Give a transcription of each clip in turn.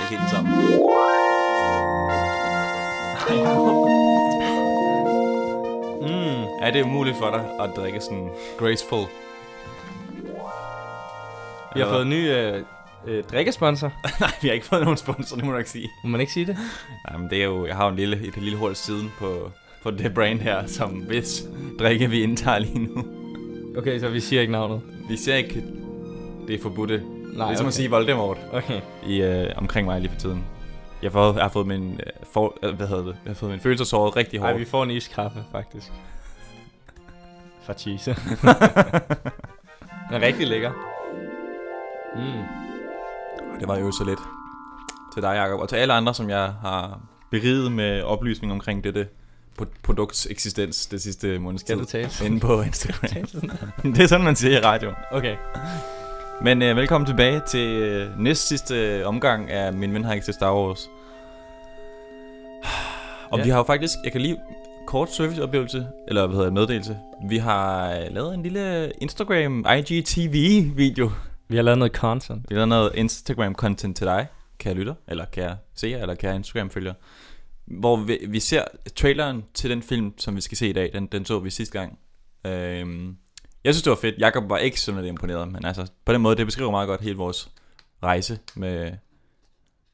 ikke helt sammen. Ej. Mm, er det umuligt for dig at drikke sådan graceful? Vi har fået en ny øh, øh, drikkesponsor. Nej, vi har ikke fået nogen sponsor, det må jeg nok sige. Må man ikke sige det? Nej, men det er jo, jeg har jo en lille, et lille hul siden på, på det brand her, som hvis drikke vi indtager lige nu. Okay, så vi siger ikke navnet. Vi ser ikke det forbudte. Nej, det er Nej, ligesom okay. at sige Voldemort Okay. i, øh, omkring mig lige for tiden. Jeg, får, jeg har fået min, øh, for, øh, hvad hedder det? Jeg har fået min følelser såret rigtig hårdt. Nej, vi får en iskaffe, faktisk. Fra cheese. Den er rigtig lækker. Mm. Og Det var jo så lidt til dig, Jacob, og til alle andre, som jeg har beriget med oplysning omkring dette pro- produkts eksistens det sidste månedstid Skal du tale? inde på Instagram. det er sådan, man siger i radio. Okay. Men øh, velkommen tilbage til øh, næst sidste øh, omgang af Min Ven har ikke til Star Wars. Og ja. Ja. vi har jo faktisk, jeg kan lige kort serviceoplevelse, eller hvad hedder det, meddelelse. Vi har øh, lavet en lille Instagram IGTV-video. Vi har lavet noget content. Vi har lavet noget Instagram-content til dig, kære lytter, eller kære seer, eller kære Instagram-følger. Hvor vi, vi ser traileren til den film, som vi skal se i dag. Den, den så vi sidste gang. Øhm, jeg synes, det var fedt. Jakob var ikke sådan lidt imponeret, men altså, på den måde, det beskriver meget godt hele vores rejse med,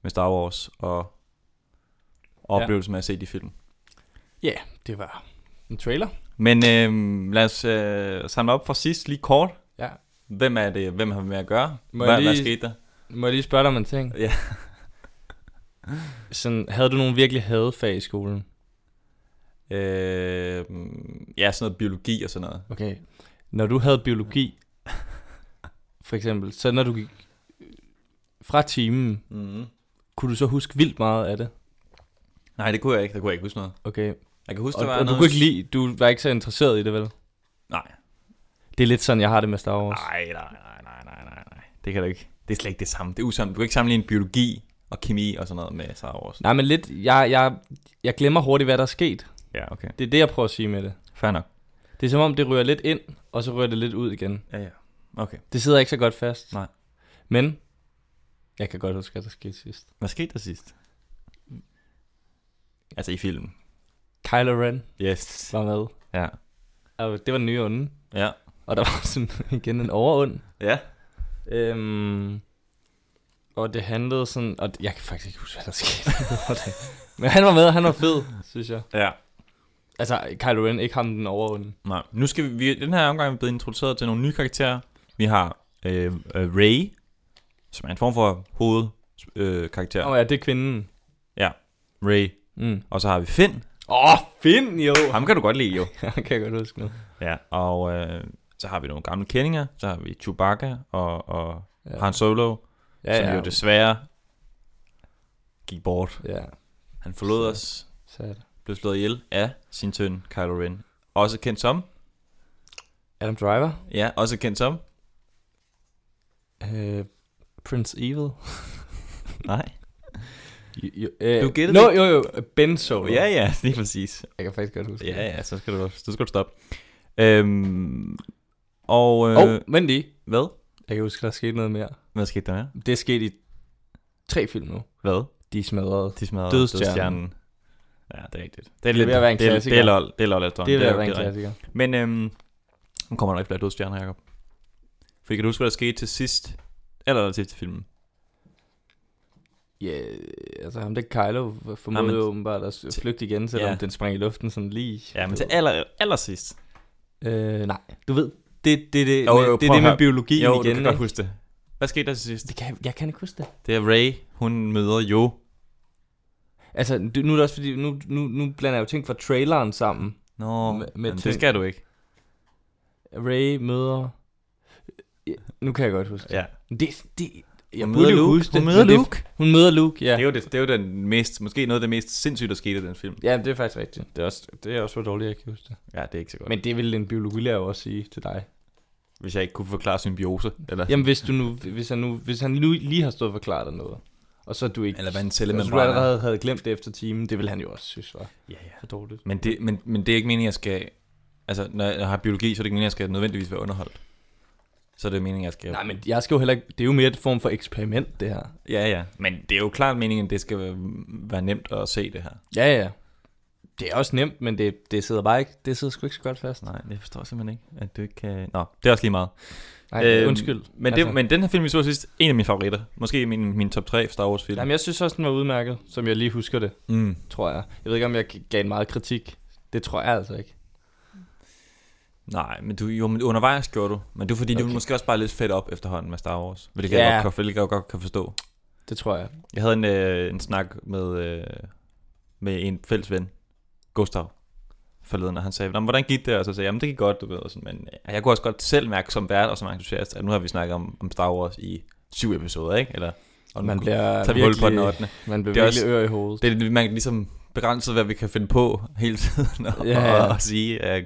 med Star Wars og oplevelsen med at se de film. Ja, yeah, det var en trailer. Men øhm, lad os øh, samle op for sidst lige kort. Ja. Hvem er det? Hvem har vi med at gøre? Må Hvad, jeg lige... hvad lige- skete der? Må jeg lige spørge dig om en ting? Ja. Sådan, havde du nogle virkelig hadefag i skolen? Øh, ja, sådan noget biologi og sådan noget. Okay. Når du havde biologi, for eksempel, så når du gik øh, fra timen, Mm. kunne du så huske vildt meget af det? Nej, det kunne jeg ikke. Det kunne jeg ikke huske noget. Okay. Jeg kan huske, Og, der var og du noget... kunne ikke lide, du var ikke så interesseret i det, vel? Nej. Det er lidt sådan, jeg har det med Star Wars. Nej, nej, nej, nej, nej, nej, nej. Det kan du ikke. Det er slet ikke det samme. Det er usamt. Du kan ikke sammenligne biologi og kemi og sådan noget med Star Wars. Nej, men lidt, jeg, jeg, jeg glemmer hurtigt, hvad der er sket. Ja, okay. Det er det, jeg prøver at sige med det. Fair nok. Det er som om, det rører lidt ind, og så rører det lidt ud igen. Ja, ja. Okay. Det sidder ikke så godt fast. Nej. Men, jeg kan godt huske, hvad der skete sidst. Hvad skete der sidst? Altså i filmen. Kylo Ren Yes. var med, Ja. og det var den nye onde. Ja. Og der var sådan igen en overund. Ja. Øhm, og det handlede sådan... Og jeg kan faktisk ikke huske, hvad der skete. Men han var med, og han var fed, synes jeg. Ja. Altså, Kylo Ren, ikke ham den overunde. Nej. Nu skal vi, vi den her omgang er vi blevet introduceret til nogle nye karakterer. Vi har øh, øh, Ray, som er en form for hovedkarakter. Øh, karakter. Åh oh, ja, det er kvinden. Ray. Åh, mm. Og så har vi Finn. oh, Finn, jo! Ham kan du godt lide, jo. Han kan jeg godt huske noget. Ja. Og øh, så har vi nogle gamle kendinger. Så har vi Chewbacca og, og ja. Ja. Han Solo, ja, som ja, jo desværre gik bort. ja. Han forlod Så- os, Sad. blev slået ihjel af sin søn Kylo Ren. Også kendt som, Adam Driver. ja, også kendt som, Øh, Prince Evil. nej. Jo, jo, øh, Du gættede no, jo, jo. Ben Solo. Ja, ja, lige præcis. Jeg kan faktisk godt huske Ja, det. ja, så skal du, så skal du stoppe. Øhm, og, øh, Åh, oh, vent lige. hvad? Jeg kan huske, der skete noget mere. Hvad skete der med? Det er sket i tre film nu. Hvad? De smadrede. De smadrede Dødstjernen. dødstjernen. Ja, det er rigtigt. Det er, ved at være en det, er- det er klassiker. lol. Det er lol, Det efterhånden. er ved at være en rigtigt. klassiker. Men øhm, nu kommer der ikke flere dødstjerner, Jacob. For kan du huske, hvad der skete til sidst? Eller til sidste filmen? Ja, altså ham der Kylo Nej, men- formåede jo åbenbart at s- flygte igen, selvom Ja. den sprang i luften sådan lige. Ja, men Du til aller, allersidst. ved. øh, nej, du ved, det, det, det, Jo, jo, med, prøv det, er at det med høre. biologien Jo, du igen. kan ikke? godt huske det. Hvad skete der til sidst? det kan, jeg kan ikke huske det. Det er Ray, hun møder Jo. Altså, det, nu er det også fordi, nu, nu, nu blander jeg jo ting fra traileren sammen. Nå, Med- med, med med det ting. skal du ikke. Ray møder... Ja, Nu kan jeg godt huske det. Ja. det, det jeg Hun burde møder jo Luke. huske det. Hun møder men det- Luke. Hun møder Luke, ja. Det er jo, det, det er jo den mest, måske noget af det mest sindssyge, der skete i den film. Ja, det er faktisk rigtigt. Det er også, det er også for dårligt, jeg kan huske det. Ja, det er ikke så godt. Men, Men det ville en biologilærer jo også sige til dig. hvis jeg ikke kunne forklare symbiose, eller, Jamen hvis du nu, hvis han nu, hvis han nu lige har stået og forklaret dig noget, og så du ikke, eller hvad en og så cellemembran du er. allerede havde glemt det efter timen, det ville han jo også synes var Ja, ja. for dårligt. Men det, men, men det er ikke meningen, jeg skal... Altså, når jeg har biologi, så er det ikke meningen, jeg skal nødvendigvis være underholdt. så er det meningen, jeg skal Nej, men jeg skal jo heller ikke... Det er jo mere et form for eksperiment, det her. Ja, ja. Men det er jo klart meningen, det skal være, være nemt at se det her. Ja, ja. Det er også nemt, men det, det sidder bare ikke... Det sidder sgu ikke så godt fast. Nej, det forstår jeg simpelthen ikke, at du ikke kan... Nå, det er også lige meget. Nej, Øhm, øhm, undskyld. Men, altså. det, men den her film, vi så sidst, en af mine favoritter. Måske min, min top 3 Star Wars film. Jamen, jeg synes også, den var udmærket, som jeg lige husker det, Mm. tror jeg. Jeg ved ikke, om jeg gav en meget kritik. Det tror jeg altså ikke. Nej, men du, jo, men undervejs gjorde du. Men det er fordi, okay. du er Okay. måske også bare lidt fedt op efterhånden med Star Wars. Hvilket, Ja. jeg, godt, kan- hvilket jeg godt kan forstå. Det tror jeg. Jeg havde en, øh, en snak med, øh, med en fælles ven, Gustav, forleden, og han sagde, "Nå, men hvordan gik det? Og så sagde jeg, "Jamen, det gik godt, du ved. Og sådan, men øh, jeg kunne også godt selv mærke som vært og som entusiast, at nu har vi snakket om, om Star Wars i syv episoder, ikke? Eller, og nu Man kunne- bliver tager vi hul på den 8. Man bliver Det er også- virkelig ør i hovedet. Det er lidt- man kan ligesom begrænset, hvad vi kan finde på hele tiden, og, Ja, ja. og, og sige uh,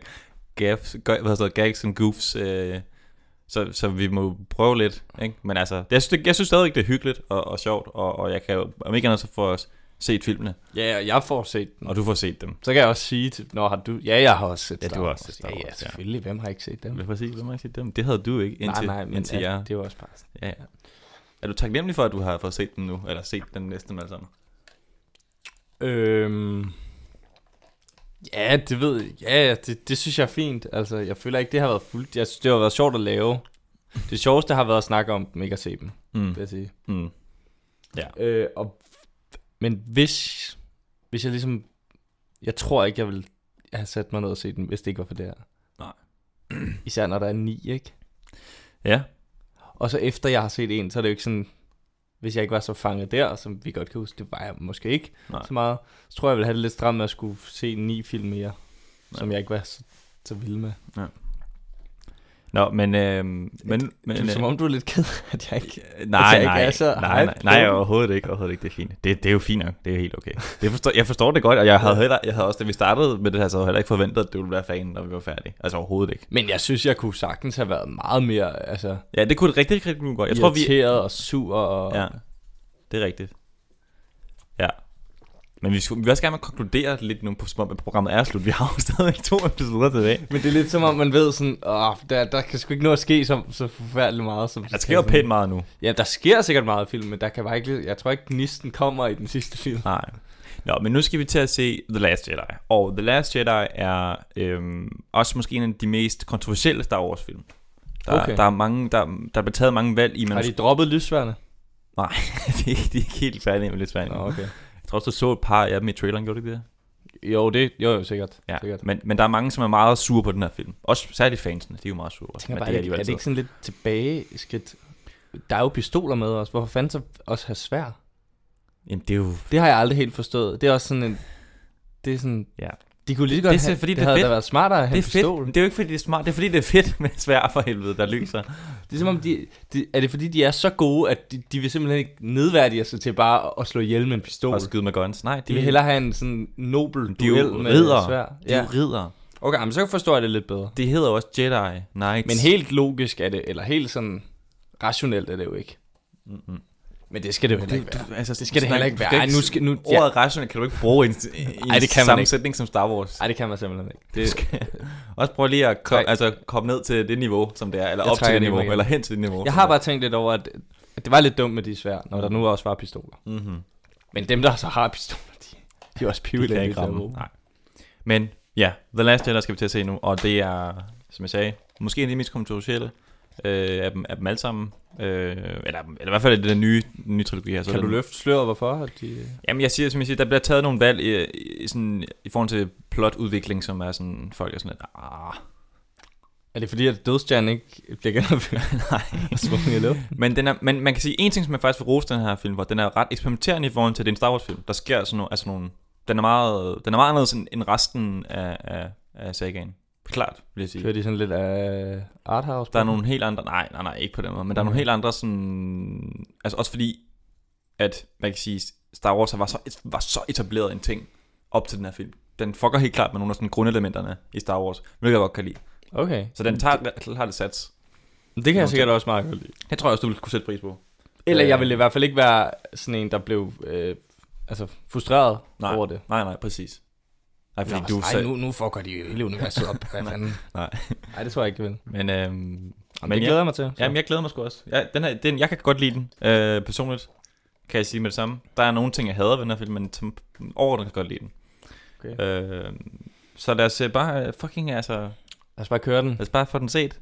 gaffs, g- hvad hedder det, gags and goofs, uh, så, så vi må prøve lidt. Ikke? Men altså, jeg synes, det, jeg synes stadig, det er hyggeligt og, og sjovt, og, og jeg kan jo, om ikke andet, så får jeg også set filmene, Ja, og jeg får set den. og du får set dem. Så kan jeg også sige til... Nå, har du... Ja, jeg har også set Ja, Star du har Wars. også set Star Ja, ja, Wars, ja. selvfølgelig. Hvem har ikke set dem? Vil præcis, hvem har set dem? Det havde du ikke indtil, nej, nej, men indtil ja, jeg. det er jo også bare... Ja, ja. Er du taknemmelig for, at du har fået set den nu, eller set den næste med sammen? Øhm, ja, det ved jeg. Ja, det, det synes jeg er fint. Altså, jeg føler ikke, det har været fuldt. Jeg synes, det har været sjovt at lave. Det sjoveste har været at snakke om dem, ikke at se dem, Mm. vil jeg sige. Mm. Øh, og, men hvis, hvis jeg ligesom... Jeg tror ikke, jeg ville have sat mig ned og set dem, hvis det ikke var for det her. Nej. Især når der er ni, ikke? Ja, Og så efter jeg har set en, så er det jo ikke sådan... Hvis jeg ikke var så fanget der, som vi godt kan huske, det var jeg måske ikke Nej. Nej. så meget. Så tror jeg, jeg ville have det lidt stramt med at skulle se ni film mere, Nej. som jeg ikke var så, så vild med. Nå, men... Øh, men, men Men, det er som om, du er lidt ked af, at jeg ikke... Øh, Nej, Altså, altså, ikke nej, nej, er så nej, hyped på nej, den. overhovedet ikke, overhovedet ikke, det er fint. Det, det er jo fint nok, det er jo helt okay. Det forstår, jeg forstår det godt, og jeg havde, heller, jeg havde også, da vi startede med det her, så havde jeg heller ikke forventet, at det ville være fan, når vi var færdige. Altså overhovedet ikke. Men jeg synes, jeg kunne sagtens have været meget mere altså, Ja, det kunne det rigtig, rigtig, rigtig godt. Jeg tror, vi... irriteret og sur. Og, Ja, det er rigtigt. Ja. Men vi, skulle, vi vil også gerne med at konkludere lidt nu, på, som om at programmet er slut. Vi har jo stadig to episoder tilbage. Men det er lidt som om, man ved sådan, åh, der, der kan sgu ikke nå at ske så, så forfærdeligt meget. Som Der sker Altså, jo pænt meget nu. Ja, der sker sikkert meget i filmen, men der kan bare ikke, lige- jeg tror ikke, gnisten kommer i den sidste film. Nej. Nå, men nu skal vi til at se The Last Jedi. Og The Last Jedi er øhm, også måske en af de mest kontroversielle Star Wars-film. Der, okay. Okay. der, er mange, der, der er blevet taget mange valg i, men Har de droppet lysværende? det, er, det er ikke helt færdigt med lidt svært. Nå, endnu. okay. Jeg tror også, du så et par af dem i traileren, gjorde du ikke det? Jo, det jo, jo sikkert. Ja, sikkert. men, men der er mange, som er meget sure på den her film. Også særligt fansene, de er jo meget sure. tænker men bare, er, det, er det ikke sådan lidt tilbageskridt? Der er jo pistoler med os. Hvorfor fanden så også have svær? Jamen, det er jo... Det har jeg aldrig helt forstået. Det er også sådan en... Det er sådan... Ja. De kunne lige så godt Det er have, fordi, det, det er havde fedt. da været smartere at have Det er en fedt. pistol. men Det er jo ikke, fordi det er smart. Det er, fordi det er fedt med svær for helvede, der lyser. Det er som om, de, de, er det fordi, de er så gode, at de, de vil simpelthen ikke nedværdige sig til bare at- at slå ihjel med en pistol. Og skyde med guns. Nej, De vil hellere have en sådan nobel de er jo duel med riddere. svær. De er Ja. jo riddere. Okay, men så forstår jeg det lidt bedre. Det hedder jo også Jedi Knights. Men helt logisk er det, eller helt sådan rationelt er det jo ikke. Mm-hmm. Men det skal det jo heller ikke være. Du, altså, Det skal det heller ikke være. Ej, nu skal, nu, ja. Ordet rationelt kan du ikke bruge i en, i en Ej, det kan man sammensætning som Star Wars. Ej, det kan man simpelthen ikke. Det skal... Også prøv lige at kom, Træk- altså, komme ned til det niveau, som det er, eller Jeg op til trækker det det niveau, igen. eller hen til det niveau. Jeg har bare tænkt lidt over, at at det var lidt dumt med de svær, når der nu også var pistoler. Mm-hmm. Men dem, der så har pistoler, de, de er også Det kan pivilændige. ikke ramme. Nej. Men ja, The Last Jedi skal vi til at se nu, og det er, som jeg sagde, måske en af de mest kontroversielle øh, af, dem, af dem alle sammen. Øh, eller, eller i hvert fald er det den nye, den nye trilogi her. Så Kan er du det- løfte sløret, hvorfor? At de... Jamen jeg siger, som jeg siger, der bliver taget nogle valg i, i, sådan, i forhold til plotudvikling, som er sådan, folk er sådan lidt, ah, Er det fordi, at dødstjernen ikke bliver genopført? Nej. Og svunget i luften? Men, den er, men man kan sige, en ting, som jeg faktisk vil rose den her film, hvor den er ret eksperimenterende i forhold til, at det er en Star Wars-film. Der sker sådan nogle, altså nogle den er meget, den er meget anderledes end, end resten af, af, af sagaen. Klart, vil jeg sige. Kører de sådan lidt af arthouse? Der er nogle helt andre, nej, nej, nej, ikke på den måde, men der er nogle Okay. helt andre sådan, altså også fordi, at man kan sige, Star Wars var så, var så etableret en ting op til den her film. Den fucker helt klart med nogle af sådan grundelementerne i Star Wars, hvilket jeg godt kan lide. Okay. Så den tager, tager det sats. Det kan jeg sikkert også meget godt lide. Det tror jeg også, du ville kunne sætte pris på. Eller Øh. jeg ville i hvert fald ikke være sådan en, der blev øh, altså frustreret Nej. over det. Nej, nej, præcis. Nej, fordi Nå, du ej, sagde- nu, nu fucker de jo hele universet op. Hvad fanden? Nej. Nej, det tror jeg ikke, jeg vil. Men øhm, Jamen, Men det jeg- glæder jeg mig til. så. Jamen, jeg glæder mig sgu også. Jeg, den her, den, jeg kan godt lide den, øh, personligt. Kan jeg sige med det samme. Der er nogle ting, jeg hader ved den her film, men som overordnet kan jeg godt lide den. Okay. Øh, så lad os øh, bare øh, fucking, altså, lad Lad os bare køre den. os bare få den set.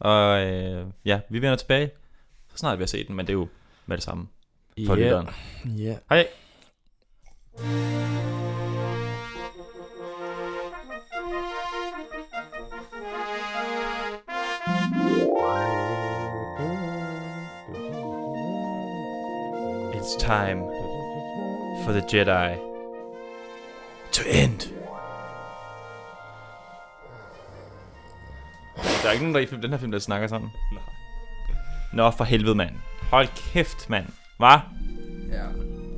Og øh, ja, vi vender tilbage, så snart vi har set den, men det er jo med det samme for yeah. lytteren. Ja. Hej. It's time for the Jedi to end. Der er ikke nogen, der i film- den her film, der snakker sådan. Nej. Nå, for helvede, mand. Hold kæft, mand. Hvad? Ja.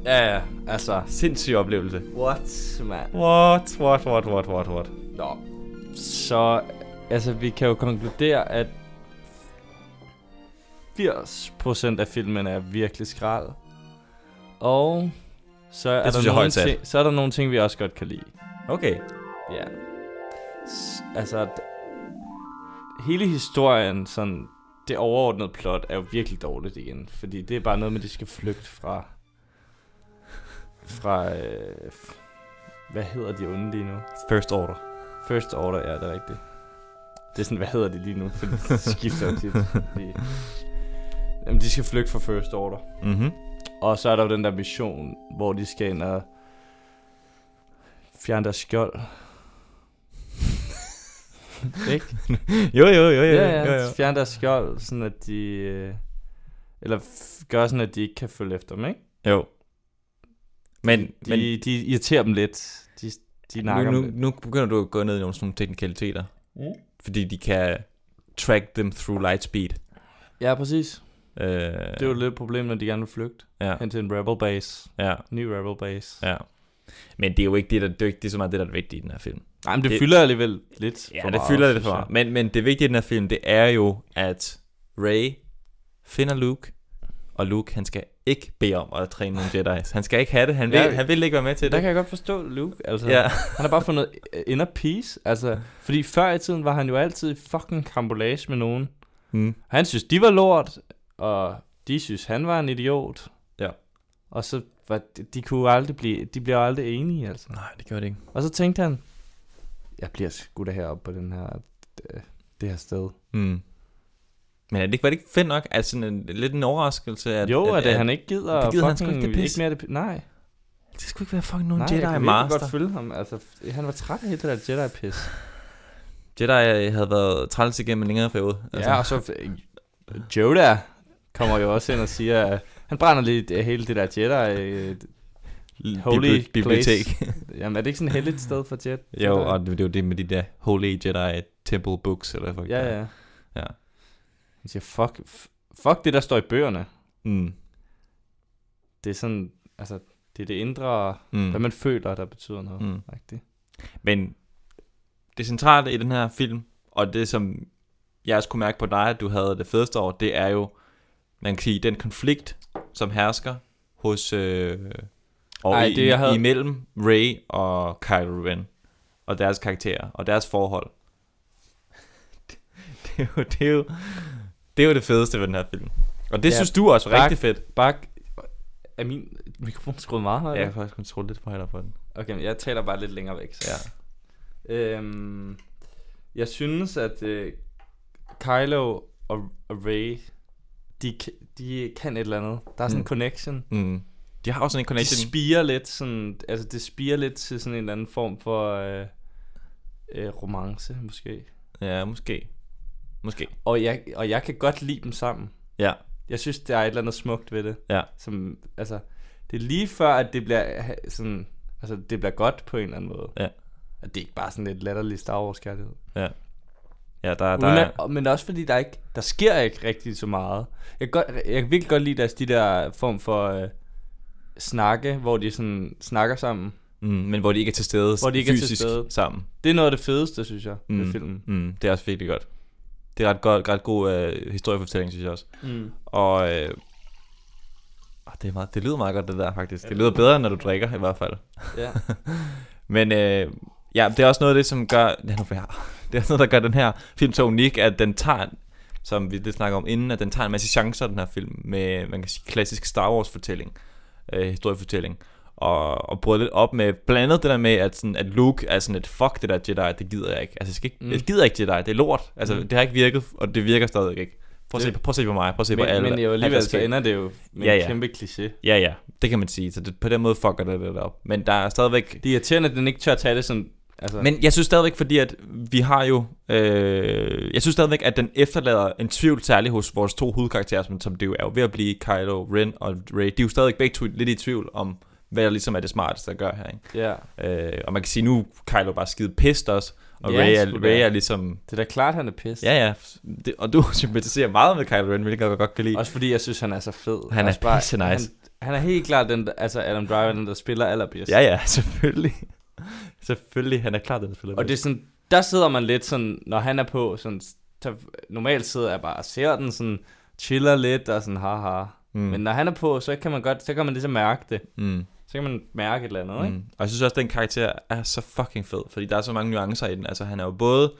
Ja, ja. Altså, Sindssyg oplevelse. what, man? What, what, what, what, what, what? Nå. Så, altså, vi kan jo konkludere, at 80% af filmen er virkelig skrald. Og så er, Det synes der jeg er nogle højt sat. ting, så er der nogle ting, vi også godt kan lide. Okay. Ja. S- altså, d- hele historien, sådan, det overordnede plot er jo virkelig dårligt igen. Fordi det er bare noget med, at de skal flygte fra... Fra... Øh, f- hvad hedder de onde lige nu? First order. First Order, ja, det er rigtigt. Det er sådan, hvad hedder de lige nu? For de skifter jo tit. De, jamen, de skal flygte fra First Order. Mhm. Og så er der jo den der mission, hvor de skal ind og fjerne deres skjold. Ikke? Jo, jo, jo, jo. Ja, ja, ja. Fjerne deres skjold, sådan at de... øh, Eller f- gør sådan, at de ikke kan følge efter dem, ikke? Jo. Men, De, men de irriterer dem lidt. De, de nu, nakker nu, dem lidt. nu begynder du at gå ned i nogle sådan nogle teknikaliteter. Mm. Fordi de kan track them through light speed. Ja, præcis. Øh, Det er jo lidt et problem, når de gerne vil flygte Ja, hen til en rebel base. ja, Ny rebel base. ja. Men det er jo ikke det, der det er jo ikke det, er så meget det, der er vigtigt i den her film. Nej, men Det- det, det fylder alligevel lidt. Ja, for det meget, fylder lidt synes for jeg. meget. Men, men det vigtige i den her film, det er jo, at Ray finder Luke, og Luke, han skal ikke bede om at træne nogle Jedi. Han skal ikke have det. Han vil, Ja. han vil ikke være med til Der det. kan jeg godt forstå Luke. Altså, Ja. ja. han har bare fundet øh, inner peace. Altså, fordi før i tiden var han jo altid i fucking karambolage med nogen. Mm. Han synes, de var lort, og de synes, han var en idiot. Ja. Og så var, de, de kunne aldrig blive, de bliver aldrig enige, altså. Nej, det gjorde det ikke. Og så tænkte han, jeg bliver sgu da heroppe på den her, øh, det her sted. Mm. Men er det ikke, var det ikke fedt nok? Altså sådan en, lidt en overraskelse, at... jo, at, at, at, han ikke gider, det gider han sgu fucking, ikke, det pis. ikke mere det, nej. Det skulle ikke være fucking nogen nej, jeg Jedi kan Master. virkelig godt følge ham. Altså, f- han var træt af hele det der Jedi-pis. Jedi øh, havde været træls igennem en længere periode. Altså. Ja, og så øh, Yoda kommer jo også ind og siger, at han brænder lidt af hele det der Jedi. øh, L- holy bibli- bibliotek. Jamen, er det ikke sådan et heldigt sted for Jet? jo, og det, det var det med de der Holy Jedi Temple Books, eller hvad fuck det er. Ja, ja. Ja. Han siger, fuck, f- fuck det, der står i bøgerne. Mm. Det er sådan, altså, det er det indre, mm. Mm. hvad man føler, der betyder noget. Mm. Mm. Men det centrale i den her film, og det som jeg også kunne mærke på dig, at du havde det fedeste over, det er jo, man kan sige, den konflikt, som hersker hos, øh, og Ej, Ej, det, det, i, jeg havde- imellem Ray og Kylo Ren, og deres karakterer, og deres forhold. Det, det, er jo, det, er jo, det er jo det fedeste ved den her film. Og det ja, Ja, synes du også var tak. rigtig fedt. Bare, øh, er min mikrofon skruet meget højt? altså? Ja, jeg kan faktisk kun skrue lidt for højder på den. Okay, men jeg taler bare lidt længere væk. Så. Ja. Øhm, jeg synes, at øh, Kylo og, og Rey, de, k- de kan et eller andet. Der er sådan en Mm. connection. Mm. De har også sådan en De connection. spiger lidt sådan, altså det spiger lidt til sådan en eller anden form for øh, øh, romance måske. Ja, måske. Måske. Og jeg, og jeg kan godt lide dem sammen. Ja. Jeg synes, der er et eller andet smukt ved det. Ja. Som, altså, det er lige før, at det bliver ha- sådan, altså, det bliver godt på en eller anden måde. Ja. At det er ikke bare sådan lidt latterlig Star Wars kærlighed. Ja, der, der Uden er... at, og- men også fordi der ikke der sker ikke rigtig så meget. Jeg kan, godt, jeg kan virkelig godt lide deres de der form for øh, snakke, hvor de sådan snakker sammen. Mm, men hvor de ikke er til stede Hvor de ikke er til fysisk stede. sammen. Det er noget af det fedeste, synes jeg, mm. Mm. med filmen. Mm, det er også virkelig godt. Det er ret, godt, ret god øh, historiefortælling, synes jeg også. Mm. Og øh, ah, det, er meget, det lyder meget godt, det der faktisk. Det lyder bedre, når du drikker i hvert fald. Ja. Men øh, ja, det er også noget af det, som gør... Ja, nu får jeg- Det er også noget, der gør den her film så unik, at den tager som vi lidt snakker om inden, at den tager en masse chancer, den her film, med, man kan sige, klassisk Star Wars-fortælling, øh, historiefortælling, og, og brød lidt op med, blandt andet det der med, at, sådan, at Luke er sådan et, fuck det der Jedi, det gider jeg ikke. Altså, jeg, skal ikke, Mm. mm. jeg gider ikke Jedi, det er lort. Altså, Mm. mm. det har ikke virket, og det virker stadig ikke. Prøv at, se, Det- prøv at se på mig, prøv at se på men, alle. men jo alligevel alt, der så sker. ender det jo Ja, med ja, ja. ja. en kæmpe kliché. Ja, ja, det kan man sige. Så det, på den måde fucker det lidt op. Men der er stadigvæk... Det er irriterende, at den ikke tør tage det sådan... Altså, Men jeg synes stadigvæk, fordi at vi har jo... Øh, jeg synes stadigvæk, at den efterlader en tvivl særligt hos vores to hovedkarakterer, som, som det jo er jo ved at blive Kylo Ren og Rey. De er jo stadigvæk begge to lidt i tvivl om, hvad der ligesom er det smarteste at gøre her. ja. Ikke? Øh, og man kan sige, nu er Kylo bare skide pissed også, og Ja, ja, Rey, sgu er, da. Rey er ligesom... Det er da klart, han er pissed. Ja, ja. Det, og du sympatiserer meget med Kylo Ren, hvilket jeg godt kan lide. Også fordi jeg synes, han er så fed. Han er Også bare- pisse nice. Han, han er helt klart den, der- altså Adam Driver, den der spiller allerbedst. Ja, ja, selvfølgelig. selvfølgelig, han er klar, den spiller. Og det er sådan, der sidder man lidt sådan, når han er på, sådan, der, normalt sidder jeg bare og ser den sådan, chiller lidt og sådan, haha. Mm. Men når han er på, så kan man godt, så kan man ligesom mærke det. Mm. Så kan man mærke et eller andet, ikke? Mm. Og jeg synes også, at den karakter er så fucking fed, fordi der er så mange nuancer i den. Altså, han er jo både,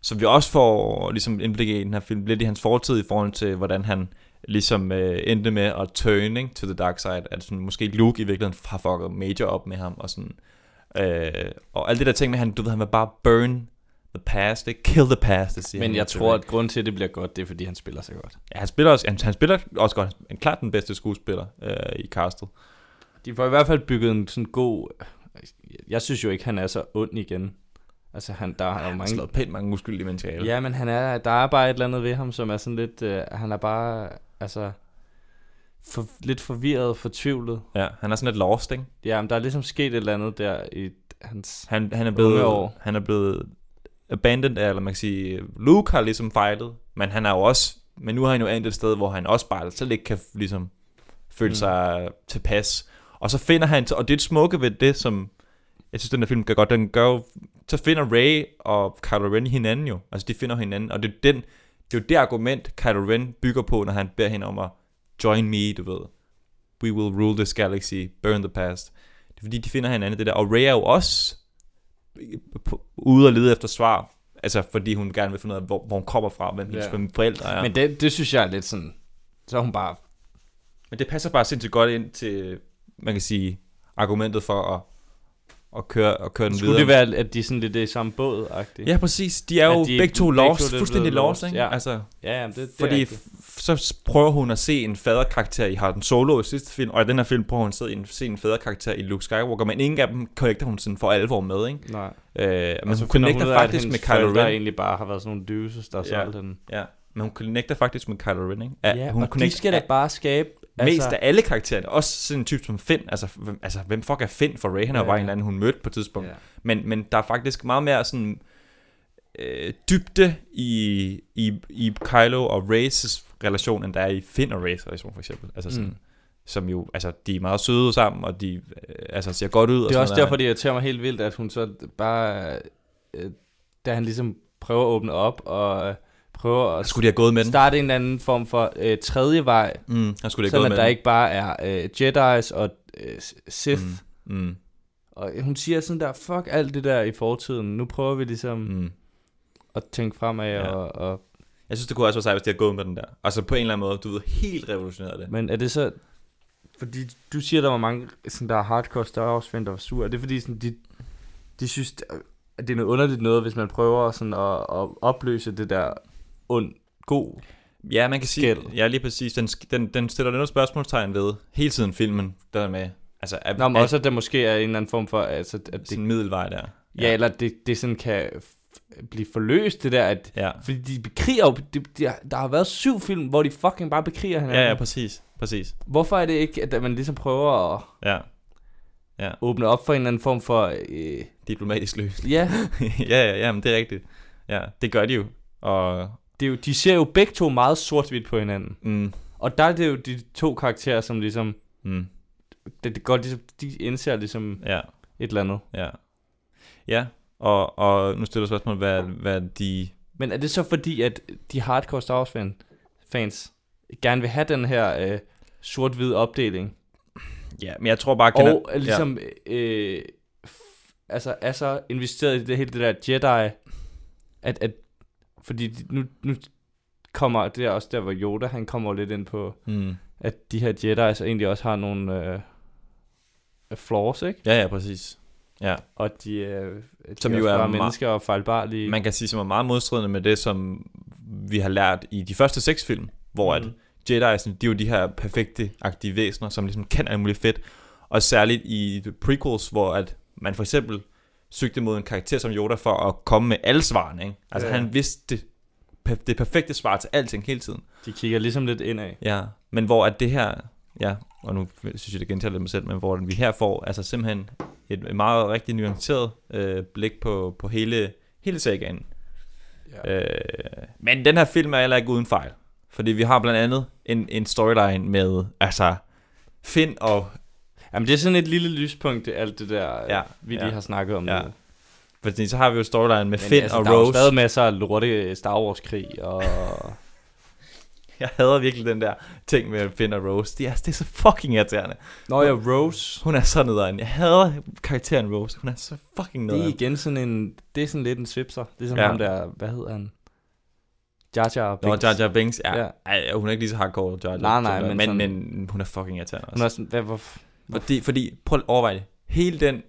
som vi også får ligesom indblik i i den her film, lidt i hans fortid i forhold til, hvordan han ligesom øh, endte med at turn ikke, to the dark side, at sådan, måske Luke i virkeligheden har fucket major op med ham, og sådan, øh, og alt det der ting med, han, du ved, han vil bare burn the past, ikke? kill the past, det siger Men han jeg til tror, Rick. at grunden til, at det bliver godt, det er, fordi han spiller så godt. Ja, han spiller også, han, han spiller også godt, han er klart den bedste skuespiller øh, i castet. De får i hvert fald bygget en sådan god... Jeg synes jo ikke, han er så ond igen. Altså, han, der er jo Han har mange... slået pænt mange uskyldige mennesker ihjel. Ja, men han er, der er bare et eller andet ved ham, som er sådan lidt... Øh, han er bare, altså... For, lidt forvirret, fortvivlet. ja. han er sådan lidt lost, ikke? Ja, men der er ligesom sket et eller andet der i hans... Han, han er Unge blevet, år. han er blevet abandoned, af, eller man kan sige, Luke har ligesom fejlet, men han er jo også, men nu har han jo endt et sted, hvor han også bare selv ikke kan ligesom føle Mm. mm. sig tilpas. Og så finder han, og det er et smukke ved det, som jeg synes, den her film gør godt, den gør jo, så finder Ray og Kylo Ren hinanden jo. Altså, de finder hinanden, og det er den, det er jo det argument, Kylo Ren bygger på, når han beder hende om at join me, du ved. We will rule this galaxy, burn the past. Det er fordi, de finder hinanden det der. Og Rey er jo også på- ude og lede efter svar. Altså, fordi hun gerne vil finde ud af, hvor, hvor hun kommer fra, hvem hendes Ja. yeah. forældre er. Ja. Men, Men det, det synes jeg er lidt sådan... Så er hun bare... Men det passer bare sindssygt godt ind til, man kan sige, argumentet for at, at køre, at køre den Skulle videre. det være, at de sådan lidt er i samme båd -agtigt? Ja, præcis. De er At jo begge to de- begge to lost, lidt blevet fuldstændig lost, lost, ikke? ja. Altså, ja jamen, det, det Fordi er rigtigt. f- så s- prøver hun at se en faderkarakter i Harden Solo i sidste film, og i den her film prøver hun at se en, se en faderkarakter i Luke Skywalker, men ingen af dem connecter hun sådan for alvor med, ikke? Nej. Øh, men Og hun finder ud connecter af, at faktisk med hendes Kylo forældre Ren. egentlig bare har været sådan nogle dyses, der har Ja. solgt den. Ja, men hun connecter faktisk med Kylo Ren, ikke? Ja, hun og de skal da bare skabe... altså- mest af alle karaktererne, også sådan en type som Finn, altså, hvem, altså, hvem fuck er Finn for Ray? Han er jo Ja, bare ja. en eller anden, hun mødte på et tidspunkt. Ja. Men, men der er faktisk meget mere sådan øh, dybde i, i, i Kylo og Rays relation, end der er i Finn og Rays relation for eksempel. Altså sådan, Mm. mm. som jo, altså de er meget søde sammen, og de øh, altså, ser godt ud. og Det er sådan også noget, derfor, det irriterer mig helt vildt, at hun så bare... Øh, da han ligesom prøver at åbne op og øh, prøver men- at Skulle de have gået med den? starte en eller anden form for øh, tredje vej, Mm, han skulle de have sådan gået at med der den. ikke bare er øh, Jedi's og øh, Sith. Mm. Mm, Og hun siger sådan der, fuck alt det der i fortiden, nu prøver vi ligesom mm. mm, mm. at tænke fremad. Ja. Ja. Og, og, Jeg synes, det kunne også være sejt, hvis de havde gået med den der. Altså på en eller anden måde, du ved, helt revolutioneret det. men er det så... Fordi du siger, der var mange sådan der hardcore Star Wars fans, der var sur. Er det fordi, sådan, de, de synes, at det er noget underligt noget, hvis man prøver sådan at, at opløse det der ond, god Ja, man kan sige, Skæld. ja lige præcis, den, sk- den, den stiller noget spørgsmålstegn ved hele tiden filmen, der er med. Altså, er, Nå, men er også, at der måske er en eller anden form for, altså, at det, sådan en middelvej der. ja. ja, eller det, det sådan kan f- blive forløst, det der, at, Ja, fordi de bekriger jo, de, de, der har været syv film, hvor de fucking bare bekriger hinanden. ja, ja præcis, præcis. Hvorfor er det ikke, at man ligesom prøver at Ja, åbne op for en eller anden form for, øh, diplomatisk løs. ja, ja, ja, ja, men det er rigtigt. Ja, det gør de jo. Og, det er jo, de ser jo begge to meget sort-hvidt på hinanden. mm, Og der er det jo de to karakterer, som ligesom, mm, det, det går ligesom, de indser ligesom ja, et eller andet. ja. Ja, og, og nu stiller spørgsmålet, hvad, hvad de... Men er det så fordi, at de hardcore Star Wars fan, fans gerne vil have den her øh, sort-hvid opdeling? Ja, men jeg tror bare... gener- Og er ligesom, ja. øh, f- altså er så investeret i det hele det der Jedi, at, at fordi de- nu, nu kommer, det er også der, hvor Yoda, han kommer lidt ind på, Mm. at de her Jedi's egentlig også har nogle øh, flaws, ikke? Ja, ja, præcis. Ja. Og de, øh, de Som er jo også er bare meget- mennesker og fejlbarlige. Man kan sige, som er meget modstridende med det, som vi har lært i de første seks film, hvor mm. at Jedi'erne, de er jo de her perfekte-agtige væsener, som ligesom kan alt muligt fedt. Og særligt i prequels, hvor at man for eksempel søgte mod en karakter som Yoda for at komme med alle svarene. Ikke? Altså Ja. ja. han vidste det, per- det perfekte svar til alting hele tiden. De kigger ligesom lidt indad. Ja, men hvor at det her, ja, og nu synes jeg, det gentager lidt mig selv, men hvor vi her får altså simpelthen et meget rigtig nuanceret øh, blik på, på hele, hele sagaen. Ja. Øh, men den her film er heller ikke uden fejl. Fordi vi har blandt andet en, en storyline med, altså, Finn og... Jamen, det er sådan et lille lyspunkt, det, alt det der, ja, Ja, vi lige ja. har snakket om. Ja. nu. Fordi så har vi jo storyline med Men Finn altså, og der er jo Rose. stadig masser af lorte Star Wars-krig, og Jeg hader virkelig den der ting med Finn og Rose. Det er, det er så fucking irriterende. Nå ja, Rose. Hun er så nederen. Jeg hader karakteren Rose. Hun er så fucking Det er nederen. igen sådan en, det er sådan lidt en svipser. Det er sådan ja. Ja. ham der, hvad hedder han? Jar Jar Nå, Binks. Jar Jar Binks, ja. Ja. ja. Ej, hun er ikke lige så hardcore, Jar Jar. Nej, som nej, der- men men, sådan- men hun er fucking irriterende Hun er også. sådan, hvad, hvor, f- Fordi, fordi, prøv at overveje det. Hele den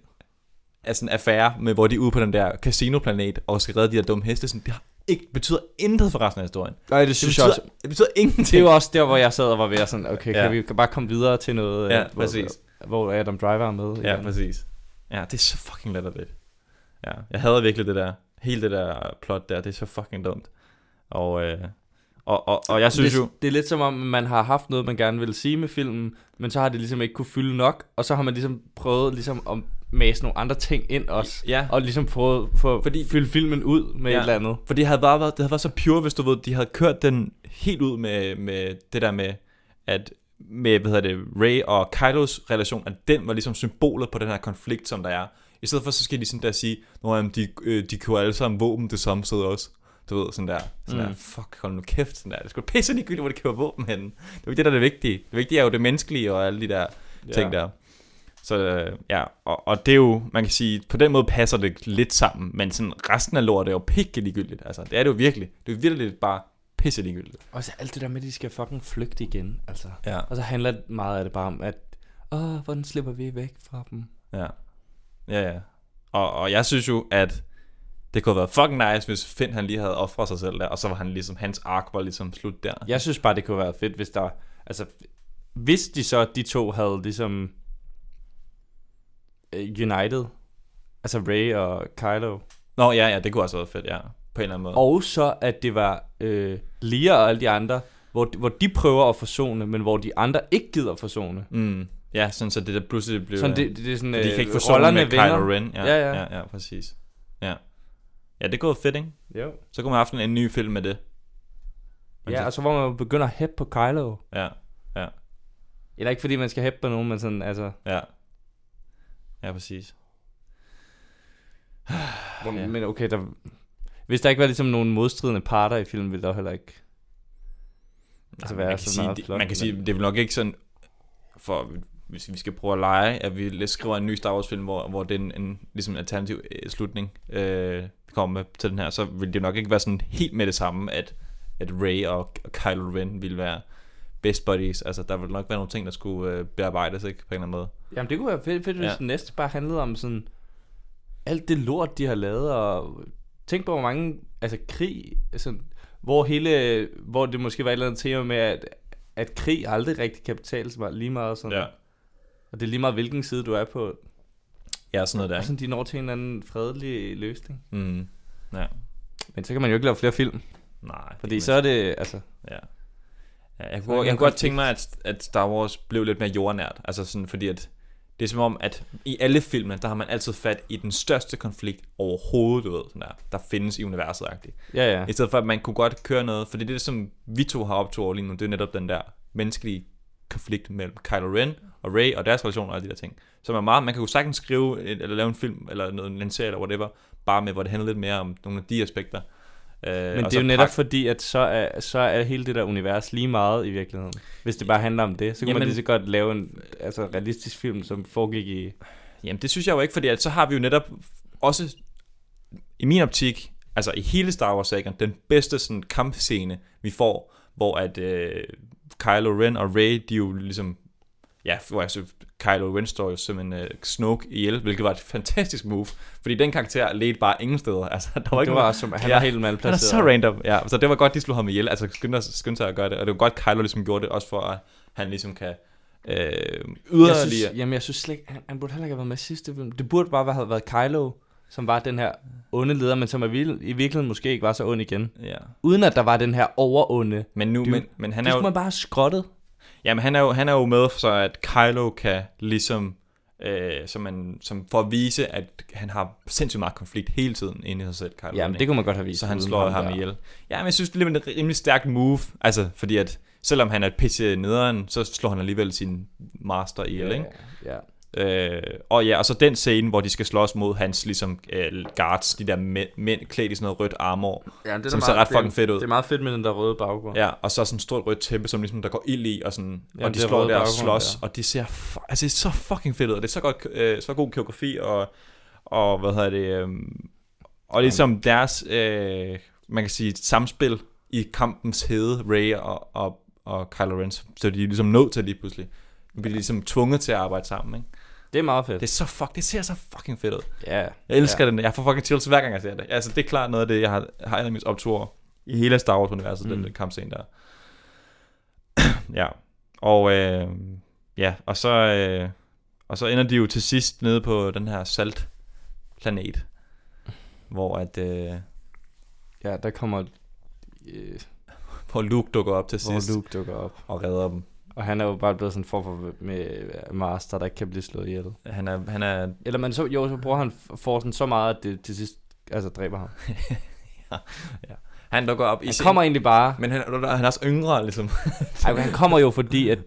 altså, en affære med, hvor de er ude på den der casinoplanet og skal redde de der dumme heste, sådan, det har ikke, betyder intet for resten af historien. Det, Nej, det betyder, det betyder Det ingenting. var også der, hvor jeg sad og var ved at sådan, okay, ja. Ja. kan vi kan bare komme videre til noget, Ja, øh, hvor, præcis. hvor Adam Driver er med. Ja, igen. præcis. Ja, det er så fucking latterligt. Ja, jeg hader virkelig det der, hele det der plot der, det er så fucking dumt. Og, øh, og, og, og jeg synes det, jo, Det er lidt som om, man har haft noget, man gerne ville sige med filmen, men så har det ligesom ikke kunne fylde nok, og så har man ligesom prøvet ligesom at mase nogle andre ting ind også, ja, og ligesom prøvet for Fordi, Fordi- at fylde filmen ud med ja. Ja. et eller andet. For det havde bare været, det havde været så pure, hvis du ved, de havde kørt den helt ud med, med det der med, at med, hvad hedder det, Ray og Kylos relation, at den var ligesom symbolet på den her konflikt, som der er. I stedet for, så skal de sådan der sige, Nå, jamen, de, øh, de køber alle sammen våben det samme sted også. Du ved, sådan der, sådan Mm. der fuck, hold nu kæft, sådan der. Det skulle pisse ligegyldigt, hvor de køber våben henne. Det er jo ikke det, der er det vigtige. Det vigtige er jo det menneskelige og alle de der ting der. Så øh, ja, og, og det er jo, man kan sige, på den måde passer det lidt sammen, men sådan resten af lort er jo pikke ligegyldigt. Altså, det er det jo virkelig. Det er jo virkelig bare pisse ligegyldigt. Og så alt det der med, at de skal fucking flygte igen, altså. Ja. Og så handler meget af det bare om, at åh, hvordan slipper vi væk fra dem? Ja. Ja, ja. Og, og jeg synes jo, at det kunne have været fucking nice, hvis Finn han lige havde offret sig selv der, og så var han ligesom, hans ark var ligesom slut der. Jeg synes bare, det kunne være fedt, hvis der... Altså, hvis de så, de to havde ligesom... øh, United. Altså Ray og Kylo. Nå, ja, ja, det kunne også have været fedt, ja. På en eller anden måde. Og så, at det var øh, Lia og alle de andre, hvor, de- hvor de prøver at forsone, men hvor de andre ikke gider at forsone. Mm. Ja, sådan så det der pludselig blev... øh, Sådan det, det, det er sådan, øh, de kan ikke få solen rollerne med Kylo Ren. Ja, Ja, ja, ja. ja. ja, ja præcis. Ja. ja, det kunne være fedt, ikke? Jo. Så kunne man have haft en ny film med det. Men Ja, så- og så hvor man begynder at hæppe på Kylo. Ja, Eller ikke fordi man skal hæppe på nogen, men sådan, altså... ja. Ja, præcis. Hvor, Ja. Men okay, der, hvis der ikke var ligesom nogen modstridende parter i filmen, ville der heller ikke... Nej, Altså, hvad man, er kan så sige, meget det, plot, man kan men- sige, det er vel nok ikke sådan, for hvis vi skal prøve at lege, at vi lidt skriver en ny Star Wars film, hvor, hvor det er en, en ligesom en alternativ øh, slutning, øh, vi kommer med til den her, så vil det nok ikke være sådan helt med det samme, at, at Rey og, og Kylo Ren ville være best buddies. Altså, der vil nok være nogle ting, der skulle øh, bearbejdes, ikke? På en eller anden måde. Jamen det kunne være fedt, fedt hvis ja. Ja. den næste bare handlede om sådan alt det lort, de har lavet, og tænk på, hvor mange, altså krig, altså, hvor hele, hvor det måske var et eller andet tema med, at, at krig aldrig rigtig kan betale sig meget- lige meget, sådan, og det er lige meget, hvilken side du er på, Ja, sådan noget der, og ikke? sådan, de når til en eller anden fredelig løsning. Mm. Ja. Men så kan man jo ikke lave flere film, Nej. det fordi kan så er det, altså, Ja. ja jeg, der kunne, ikke jeg nogen kunne godt tænke mig, at, at Star Wars blev lidt mere jordnært. Altså sådan, fordi at det er som om, at i alle filmene, der har man altid fat i den største konflikt overhovedet, du ved, sådan der, der findes i universet -agtigt. ja ja. I stedet for, at man kunne godt køre noget, fordi det, som vi to har optog over lige nu, det er netop den der menneskelige konflikt mellem Kylo Ren og Rey og deres relationer og alle de der ting. Så man, meget, man kan jo sagtens skrive, et- eller lave en film, eller noget, en serie, eller whatever, bare med, hvor det handler lidt mere om nogle af de aspekter. Øh, Men det er jo netop fordi, at så er, så er hele det der univers lige meget i virkeligheden. Hvis det bare handler om det, så kunne Jamen, man Jamen- lige så godt lave en altså, realistisk film, som foregik i... Jamen det synes jeg jo ikke, fordi at så har vi jo netop også i min optik altså i hele Star wars sagen den bedste sådan kampscene, vi får, hvor at øh, Kylo Ren og Rey, de jo ligesom, ja, hvor altså, Kylo Ren står jo som en øh, Snoke ihjel, hvilket var et fantastisk move, fordi den karakter ledte bare ingen steder. Altså, der var ikke Det nogen- var som, han Ja. var helt han er malplaceret. så random, ja. Så det var godt, de slog ham ihjel. Altså, skyndte, sig- skyndte sig at gøre det. Og det var godt, Kylo ligesom gjorde det, også for at han ligesom kan øh, Jeg yderligere... synes, jamen, jeg synes slet ikke, han, han burde heller ikke have været med i sidste film. Det burde bare have været Kylo, som var den her onde leder, men som er vild, i virkeligheden måske ikke var så ond igen. Ja. Uden at der var den her overonde. Men nu, Du- men, men han er Han det skulle jo, man bare have skrottet. jamen, han er jo, han er jo med så at Kylo kan ligesom, øh, som man, som for at vise, at han har sindssygt meget konflikt hele tiden inde i sig selv, Kylo. Ren, Jamen, ikke? det kunne man godt have vist. så han uden slår ham, der. ham ihjel. Ja, men jeg synes, det er lidt en rimelig stærk move, altså fordi at selvom han er pisse nederen, så slår han alligevel sin master ihjel, ikke? Ja, ja. Øh, og ja, og så den scene, hvor de skal slås mod hans ligesom, øh, guards, de der mæ- mænd klædt i sådan noget rødt armor. ja det Som ser ret fucking fedt ud. Det er meget fedt med den der røde baggrund. Ja, og så sådan et stort rødt tæppe, som ligesom, der går ild i, og, sådan, Ja, og de det er slår røde der og baggrund, slås, ja. og de ser, fu- altså det er så fucking fedt ud, og det er så, godt, øh, så god koreografi, og, og hvad hedder det, øh, og ligesom deres, øh, man kan sige, samspil i kampens hede, Ray og, og, og Kylo Ren, så de er ligesom nødt til lige pludselig. Nu bliver de ligesom tvunget til at arbejde sammen, ikke? Det er meget fedt. Det, er så fuck, det ser så fucking fedt ud. Ja. Jeg elsker ja. den. Jeg får fucking chills hver gang, jeg ser det. Altså, det er klart noget af det, jeg har, har allermest optur over i hele Star Wars-universet, mm. den Mm. der kampscene der. ja. Og øh, ja, og så, øh, og så ender de jo til sidst nede på den her saltplanet, hvor at øh, Ja, ja der kommer... Øh, hvor Luke dukker op til sidst hvor Luke dukker op. og redder dem. Og han er jo bare blevet sådan en form for med øh, master, der ikke kan blive slået ihjel. Han er, han er Eller man så, jo, så bruger han Forsen så meget, at det til sidst altså, dræber ham. han dukker op i Han sin- kommer egentlig bare... men han, han er også yngre, ligesom. Ej, men han kommer jo, fordi at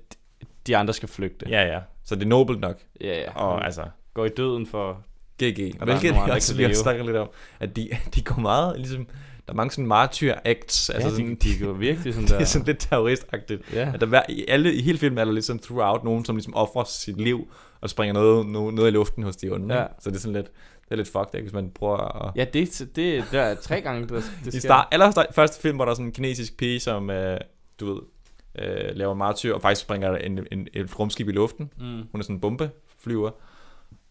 de andre skal flygte. ja, ja. Så det er nobelt nok. ja. ja. Og Han altså, går i døden for... GG. er Hvilket nogle jeg andre, også der vi kan har leve. snakket lidt om, at de, de går meget, ligesom, der er mange sådan martyr-acts, altså ja, sådan, de, de, de går virkelig sådan der... det er sådan lidt terroristagtigt. ja. At der hver, i, alle, I hele filmen er der ligesom throughout nogen, som ligesom offrer sit liv og springer noget, noget, noget i luften hos de onde. Ja. Ja. Så det er sådan lidt, det er lidt fucked, ikke, hvis man prøver at... Ja. Ja, det, det der er tre gange, det, det I sker. start, aller start, første film var der sådan en kinesisk pige, som, øh, du ved, øh, laver martyr, og faktisk springer en, en, et rumskib i luften. Mm. Hun er sådan en bombeflyver.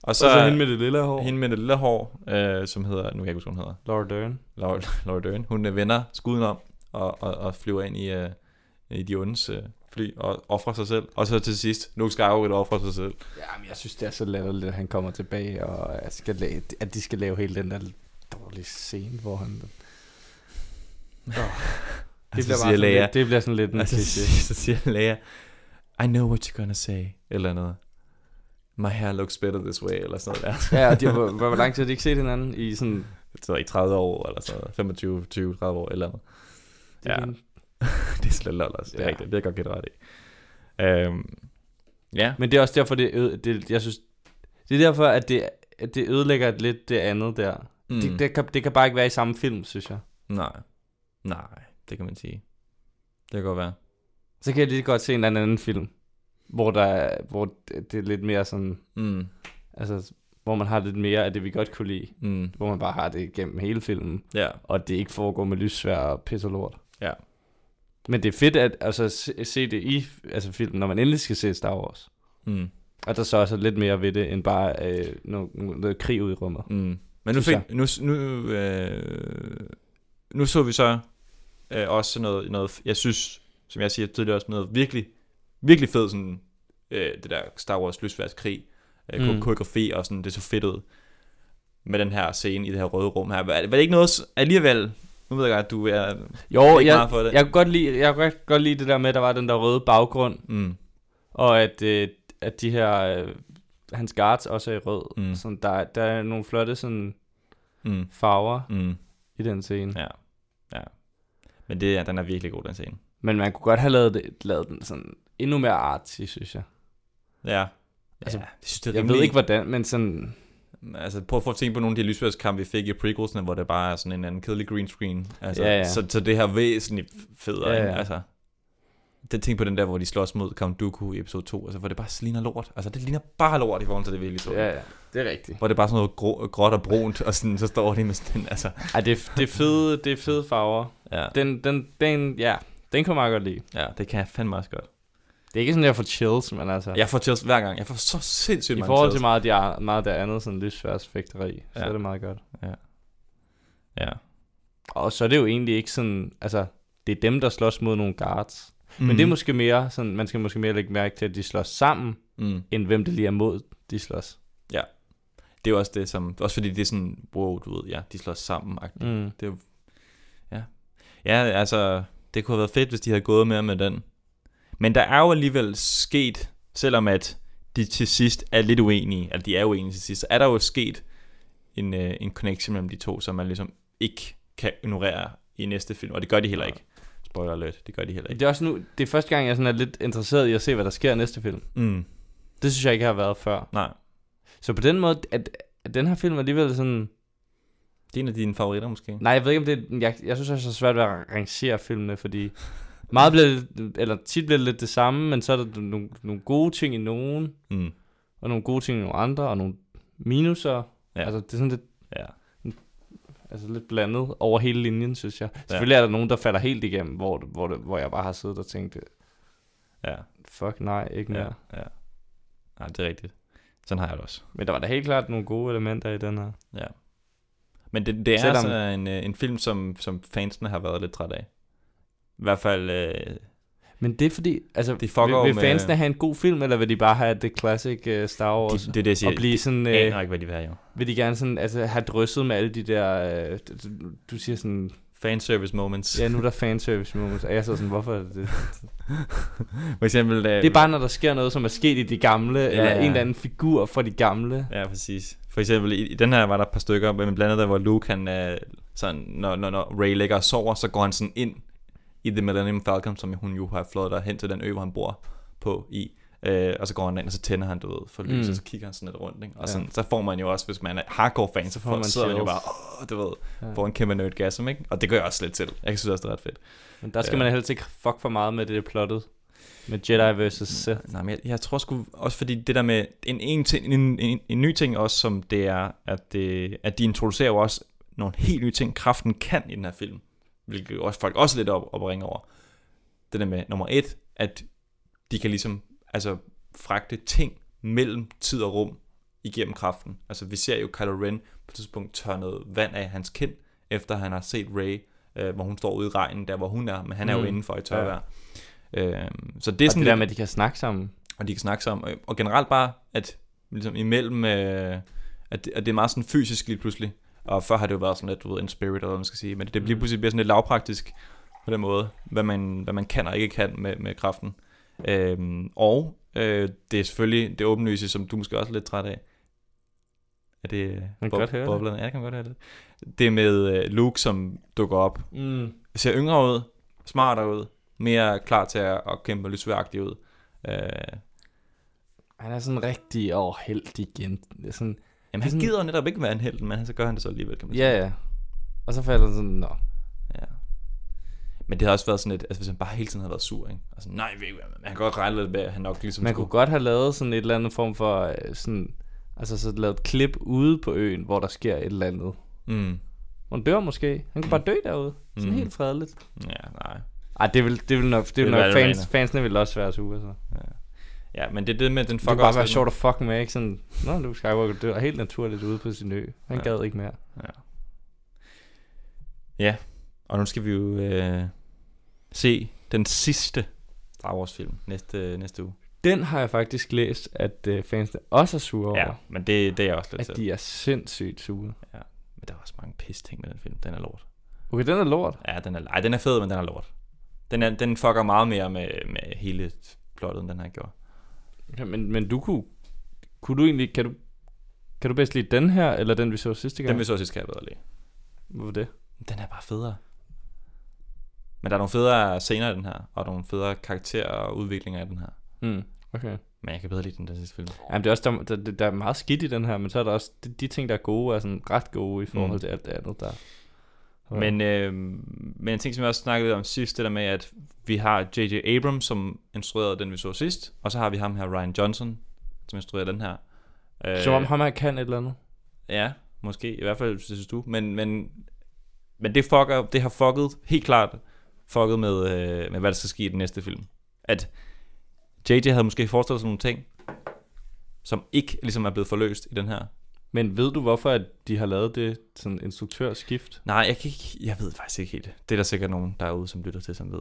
Og Så, så, og så hende med det lille hår. hende med det lille hår, øh, som hedder, nu kan jeg ikke huske, hvad hun hedder. Laura Dern. Laura, Laura Dern, hun øh, vender skuden om og, og, og flyver ind i, øh, i de ondes øh, fly og offrer sig selv. Og så til sidst, Luke Skywalker offrer sig selv. Jamen, jeg synes, det er så latterligt, at han kommer tilbage, og at, skal lave, at de skal lave hele den der dårlige scene, hvor han... Oh. Det Altså, siger bliver, bare sådan Leia- Altså, lidt, det bliver sådan lidt en Og så, kliché. så siger Leia, I know what you're gonna say, eller noget. My hair looks better this way, eller sådan noget der. Ja, og de, hvor, hvor lang tid har de ikke set hinanden i sådan... Så i 30 år, eller sådan noget. 25, 20, 30 år, eller andet. Ja. Ja. Det er slet lol, altså. Det er Ja. rigtigt. Det er jeg godt givet ret i. Øhm, ja. Men det er også derfor, det, øde, det jeg synes... Det er derfor, at det, at det ødelægger lidt det andet der. Mm. Mm. Det, det, kan, det kan bare ikke være i samme film, synes jeg. Nej. Nej, det kan man sige. Det kan godt være. Så kan jeg lige godt se en eller anden film, hvor, der, er- hvor det det er lidt mere sådan... Mm. Altså, hvor man har lidt mere af det, vi godt kunne lide. Mm. Hvor man bare har det gennem hele filmen, Ja. og det ikke foregår med lyssvær og pis og lort. Ja. Men det er fedt at altså, se, se det i altså, filmen, når man endelig skal se Star Wars. Mm. Og der så også er lidt mere ved det, end bare øh, noget, noget krig ud i rummet. Mm. Men nu, Synes fik, nu, nu, øh, nu så vi så øh, også sådan noget, noget, jeg synes, som jeg siger tidligere også, noget virkelig, virkelig fed sådan, øh, det der Star Wars lysværdskrig, øh, mm. Mm. koreografi og sådan, det så fedt ud med den her scene i det her røde rum her. Var, var det ikke noget s- alligevel, nu ved jeg godt, du er Jo, ikke jeg, meget for det. jeg kunne godt lide, jeg kunne godt- godt lide det der med, at der var den der røde baggrund, Mm, og at, øh, at de her, øh, hans guards også er i rød. Mm. Mm. Sådan, der, der er nogle flotte sådan, mm, farver mm, i den scene. ja, ja. Men det, er- den er virkelig god, den scene. Men man kunne godt have lavet, det, lavet den sådan endnu mere artsy, synes jeg. Ja. Altså, ja, jeg, synes, det er Jeg rimelig- ved ikke, hvordan, men sådan... Altså prøv at få at tænke på nogle af de lysværdskampe, vi fik i prequelsene, hvor det bare er sådan en eller anden kedelig green screen. Altså, Ja, ja. Så, så det her væsentligt federe. Ja, Ja, ja. ja. Altså, den ting på den der, hvor de slås mod Count Dooku i episode 2, altså hvor det bare ligner lort. Altså det ligner bare lort i forhold til det, vi lige så. Ja, ja, det er rigtigt. Hvor det er bare sådan noget grå, gråt og brunt, og sådan, så står de med sådan en, altså... Ej, det, er- det er fede, det er fede farver. Ja, Den, den, den, ja, den kan man meget godt lide. ja det kan jeg fandme også godt. Det er ikke sådan, jeg får chills, men altså... Jeg får chills hver gang. Jeg får så sindssygt I mange forhold chills. til meget, de er, meget der andet sådan lysfærdsfægteri, så Ja. er det meget godt. Ja. Og så er det jo egentlig ikke sådan, altså, det er dem, der slås mod nogle guards. Mm. Men det er måske mere, sådan, man skal måske mere lægge mærke til, at de slås sammen, Mm. end hvem det lige er mod, de slås. Det er jo også det, som... Også fordi det er sådan, wow, du ved, ja, de slår sammen. -agtigt. Mm. Det er jo... Ja. Ja, altså, det kunne have været fedt, hvis de havde gået mere med den. Men der er jo alligevel sket, selvom at de til sidst er lidt uenige, eller de er uenige til sidst, så er der jo sket en, øh, en connection mellem de to, som man ligesom ikke kan ignorere i næste film, og det gør de heller ikke. Spoiler alert, det gør de heller ikke. Det er også nu, det er første gang, jeg sådan er lidt interesseret i at se, hvad der sker i næste film. Mm, Det synes jeg ikke har været før. nej, Så på den måde, at, at den her film er alligevel sådan... det er en af dine favoritter måske. Nej, jeg ved ikke, om det er, jeg, jeg synes, det er så svært ved at rangere filmene, fordi meget bliver det- eller tit bliver det lidt det samme, men så er der nogle, nogle gode ting i nogen, Mm, og nogle gode ting i nogle andre, og nogle minuser. Ja. Ja. Altså, det er sådan lidt, ja. altså lidt blandet over hele linjen, synes jeg. Selvfølgelig er der nogen, der falder helt igennem, hvor, hvor, det, hvor jeg bare har siddet og tænkt, Ja, fuck nej, ikke mere. ja, Ja. ja. Nej, det er rigtigt. Sådan har jeg det også. Men der var da helt klart nogle gode elementer i den her. Ja. Men det, det er Selvom- altså en, øh, en film, som, som fansene har været lidt træt af. I hvert fald, øh, Men det er fordi, altså, Det fucker jo vil, vil med- fansene have en god film, eller vil de bare have det classic uh, Star Wars? de, det er det, jeg siger. og blive sådan, jeg øh, aner ikke, hvad de vil have, jo. vil de gerne sådan, altså, have drysset med alle de der, øh, du- du- du siger sådan, Fanservice moments. ja, nu er der fanservice moments, og jeg så sådan, hvorfor er det det? For eksempel... Øh, Det er bare, når der sker noget, som er sket i de gamle, ja, eller ja. en eller anden figur fra de gamle. Ja, præcis. For eksempel, i, i den her var der et par stykker, men blandt andet der, hvor Luke, han, øh, sådan, når, når, når Ray ligger og sover, så går han sådan ind i The Millennium Falcon, som hun jo har flået der hen til den ø, hvor han bor på i. Øh, og så går han ind, og så tænder han, du ved, for lyset, Mm. mm. så kigger han sådan lidt rundt, ikke? Og Ja. sådan, så får man jo også, hvis man er hardcore fan, så får får, man man sidder man jo bare, chills. åh, du ved, Ja. får en kæmpe nerdgasm, ikke? Og det gør jeg også lidt til. Jeg synes også, det er ret fedt. Men der skal Ja. Mm. man helst ikke fuck for meget med det, det er plottet. Med Jedi vs. Sith. Nej, men jeg, jeg tror sgu også, fordi det der med en, en, ting, en, en, en ny ting også, som det er, at, det, at de introducerer jo også nogle helt nye ting, kraften kan i den her film, hvilket jo også folk også lidt op, op og ringer over. Det der med nummer et, at de kan ligesom altså, fragte ting mellem tid og rum igennem kraften. Altså vi ser jo Kylo Ren på et tidspunkt tørre noget vand af hans kind, efter han har set Rey, øh, hvor hun står ude i regnen, der hvor hun er, men han er jo Mm. indenfor i Ja. tørvejr. Øh, så det er Og sådan det der lidt- med, at de kan snakke sammen. og de kan snakke sammen. Og- Og generelt bare, at ligesom imellem, øh, at, det, at det er meget sådan fysisk lige pludselig. Og før har det jo været sådan lidt, du ved, en spirit, eller hvad man skal sige. Men det, det Mm. lige pludselig bliver sådan lidt lavpraktisk på den måde, hvad man, hvad man kan og ikke kan med, med kraften. Øhm, og øh, det er selvfølgelig det åbenlyse, som du måske også er lidt træt af. Er det øh, Man kan bob- godt høre det. boblerne? Ja, jeg kan godt høre det. Det med øh, Luke, som dukker op Mm. ser yngre ud, smartere ud, mere klar til at, at kæmpe lidt sværagtig ud. Øh, Han er sådan rigtig overheldig igen. Sådan, jamen, Sådan- han gider netop ikke være en held, men han- så gør han det så alligevel, kan man sige. ja, ja. Og så falder han sådan, nå. ja. Men det har også været sådan lidt, altså hvis han bare hele tiden havde været sur, ikke? Altså, nej, jeg vil ikke være med. Men han kan godt regne lidt med, at han nok ligesom Man kunne godt have lavet sådan et eller andet form for øh, sådan, altså så lavet et klip ude på øen, hvor der sker et eller andet. Mm. Hvor Han dør måske. Han kan bare dø derude. Sådan Mm. helt fredeligt. Ja, nej. Ej, det vil, det vil nok, det vil vil nok være det fans, rene. fansene vil også være sure, så. Ja, men det er det med, at den Det kunne fucker bare også være lidt sjovt at fuck med, ikke? Sådan, Nå, Luke Skywalker dør helt naturligt ude på sin ø. Han Ja. gad ikke mere. med. Og nu skal vi jo øh, se den sidste Star Wars film næste, næste uge. Den har jeg faktisk læst, at øh, fansene også er sure over. Ja, men det, det er jeg også lidt At til. de er sindssygt sure. Men der er også mange pis ting med den film. Den er lort. Okay, den er lort. Ja, den er, ej, den er fed, men den er lort. Den, er, den fucker meget mere med, med hele plottet, end den her gjorde. Ja, men, men du kunne... Kunne du egentlig... Kan du, kan du bedst lide den her, eller den, vi så sidste Ja. gang? Den vil så sidst kan jeg bedre lide. Hvorfor det? Den er bare federe. Men der er nogle federe scener i den her, og nogle federe karakterer og udviklinger i den her. Mm, okay. Men jeg kan bedre lide den der sidste film. Jamen, det er også, der, der, der er meget skidt i den her, men så er der også... De, de ting, der er gode, er sådan ret gode i forhold Mm. til alt det andet, der Ja. Men, øh, men en ting, som jeg også snakkede lidt om sidst, det der med, at vi har J.J. Abrams, som instruerede den, vi så sidst, og så har vi ham her, Ryan Johnson, som instruerede den her. Øh, Som om ham her kan et eller andet. Ja, måske. I hvert fald, synes du. Men, men, men det, fucker, det har fucket, helt klart fucket med, øh, med, hvad der skal ske i den næste film. At JJ havde måske forestillet sig nogle ting, som ikke ligesom er blevet forløst i den her. Men ved du, hvorfor at de har lavet det sådan instruktørskift? Nej, jeg, kan ikke, jeg ved faktisk ikke helt. Det er der sikkert nogen derude, som lytter til, som ved.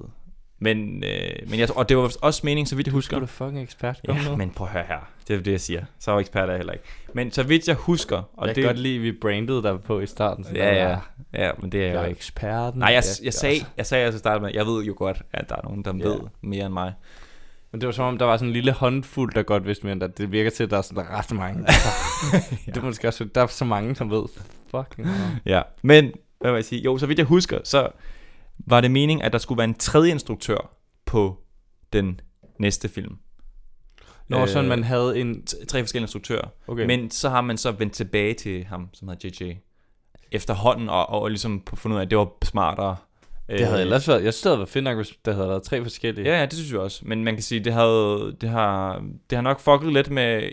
Men, øh, men jeg, og det var også meningen, så vidt jeg husker. Du er fucking ekspert. Kom Ja, nu. men prøv at høre her. Det er jo det, jeg siger. Så er jeg ekspert er jeg heller ikke. Men så vidt jeg husker, og jeg det, kan godt lide, at vi brandede dig på i starten. sådan der, ja, ja, ja, men det er Jeg jeg er jo ikke. eksperten. Nej, jeg, Ja, jeg, sagde, jeg sagde altså startede med, jeg ved jo godt, at der er nogen, der Ja. ved mere end mig. Men det var som om, der var sådan en lille håndfuld, der godt vidste mere end dig. Det virker til, at der er sådan ret mange. ja. Det er måske også, der er så mange, som ved. Fucking meget. Ja. Men, hvad vil jeg sige? Jo, så vidt jeg husker, så var det meningen, at der skulle være en tredje instruktør på den næste film. Når øh, sådan Øh, man havde en... T- tre forskellige instruktører. Okay, Okay. men, Men så har man så vendt tilbage til ham, som hedder JJ, efterhånden, og, og ligesom på- fundet ud af, at det var smartere. Øh, det havde ellers været... Jeg synes, det havde været fedt nok, hvis der havde været tre forskellige. Ja, ja, det synes jeg også. Men man kan sige, det, havde, det, har, det har nok fucket lidt med...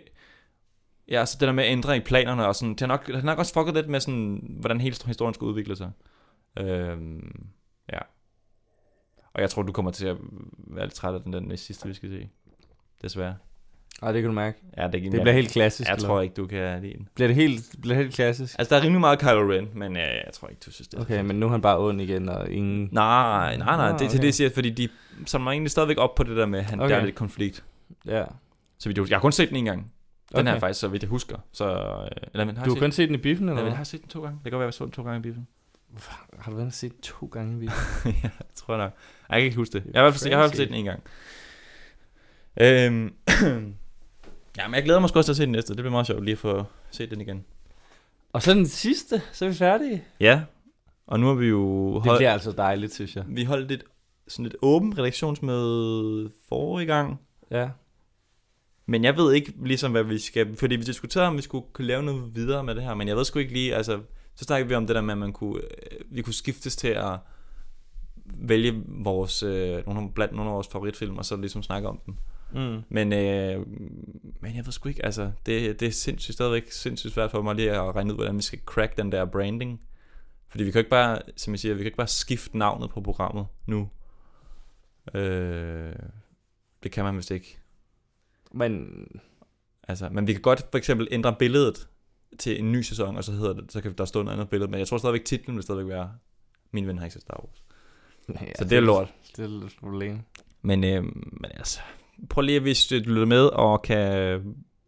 Ja, så det der med at ændre i planerne og sådan. Det har nok, det har nok også fucket lidt med sådan, hvordan hele historien skal udvikle sig. Øhm, ja. Og jeg tror, du kommer til at være lidt træt af den, den sidste, vi skal se. Desværre. Ej, det kan du mærke. Ja, det, er ikke- Det bliver helt klassisk. Jeg eller tror ikke, du kan lide den. hvad? Bliver det helt, bliver det helt klassisk? Altså, der er rimelig meget Kylo Ren, men øh, jeg tror ikke, du synes, det er så Okay, fedt. men nu er han bare ond igen, og ingen... Nej, nej, nej. Det Ah, er til okay. det, jeg siger, fordi de samler egentlig stadigvæk op på det der med, at han- der Okay. er lidt konflikt. Ja. Så vidt jeg, husker. jeg har kun set den en gang. Den Okay. okay. her faktisk, så vidt jeg husker. Så, øh, eller, men, har Du jeg har set, kun set den i biffen, eller eller, men, hvad? har jeg set den to gange. Det kan godt være, at jeg så den to gange i biffen. Har du været set den to gange i biffen? ja, jeg tror nok. Ej, Jeg kan ikke huske det. Jeg har, i hvert fald set- jeg har i hvert fald set den en gang. Øhm, ja, men jeg glæder mig sgu også til at se den næste. Det bliver meget sjovt lige at få set den igen. Og så den sidste, så er vi færdige. Ja, og nu har vi jo Det holdt, bliver altså dejligt, synes jeg. vi holdt et, sådan et åbent redaktionsmøde forrige gang. Ja. Men jeg ved ikke ligesom, hvad vi skal... Fordi vi diskuterede, om vi skulle kunne lave noget videre med det her, men jeg ved sgu ikke lige... Altså, så snakkede vi om det der med, at man kunne, øh, vi kunne skiftes til at vælge vores, øh, nogle, af- blandt nogle af vores favoritfilm, og så ligesom snakke om dem. Mm. Men, øh, men jeg ved sgu ikke, altså, det, det er sindssygt, stadigvæk sindssygt svært for mig lige at regne ud, hvordan vi skal crack den der branding. Fordi vi kan jo ikke bare, som jeg siger, vi kan ikke bare skifte navnet på programmet nu. Øh, det kan man vist ikke. Men Altså, men vi kan godt for eksempel ændre billedet til en ny sæson, og så hedder det, så kan der stå noget andet billede, men jeg tror stadigvæk titlen vil stadigvæk være Min ven har ikke set Star Wars. Ja, Så det er lort. Det er lidt et problem. Men, øh, men altså, prøv lige hvis du lytter med, og kan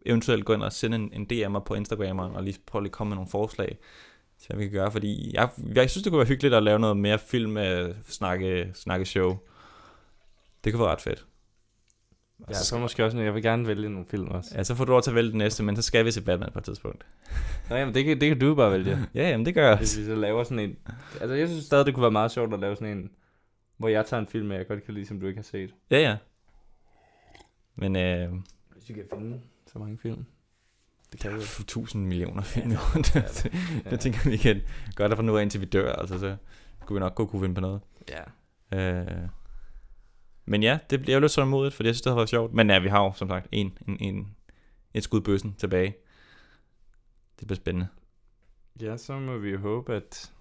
eventuelt gå ind og sende en, en DM'er på Instagrameren, og lige prøve lige at komme med nogle forslag til, hvad vi kan gøre, fordi jeg, jeg synes, det kunne være hyggeligt at lave noget mere film, øh, snakke, snakke show. Det kunne være ret fedt. Ja, så måske også, jeg vil gerne vælge nogle film også. Ja, så får du lov til at vælge den næste, men så skal vi se Batman på et tidspunkt. Nå, jamen, det kan, det kan du bare vælge. Ja, jamen det gør jeg. Hvis vi så laver sådan en... Altså, jeg synes stadig, det kunne være meget sjovt at lave sådan en, hvor jeg tager en film med, jeg godt kan lide, som du ikke har set. Ja, ja. Men øh, Hvis vi kan finde så mange film. Det kan vi. pff, 1000 millioner film i rundt. det, det tænker jeg, vi kan gøre det fra nu af, indtil vi dør. Altså, så kunne vi nok godt kunne finde på noget. Ja. Øh, men ja, det bliver jo lidt sådan modigt, fordi jeg synes, det har været sjovt. Men ja, vi har jo som sagt en, en, en, et skud i bøssen tilbage. Det bliver spændende. Ja, så må vi jo håbe, at...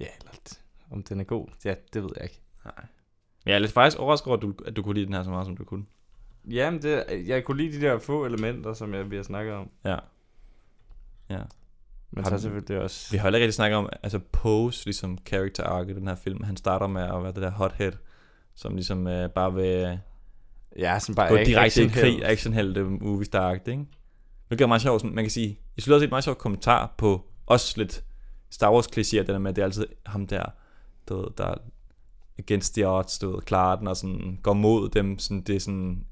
Ja, eller at- om den er god. Ja, det ved jeg ikke. Men jeg er lidt faktisk overrasket over, at du, at du kunne lide den her så meget, som du kunne. Jamen, det, jeg kunne lide de der få elementer, som jeg, vi har snakket om. Ja. Men Har så du- selvfølgelig Vi også... har heller ikke rigtig snakket om, altså Pose, ligesom character arc i den her film, han starter med at være det der hothead, som ligesom øh, bare vil Ja, som bare gå er direkte i actionheld. krig, actionhelte, movie star ikke? Hvilket er meget sjovt, sådan, man kan sige, I slutter set meget sjov kommentar på også lidt Star Wars klichéer, det der med, at det er altid ham der, du ved, der er against the odds, du ved, klarer den og sådan, går mod dem, sådan, det er sådan,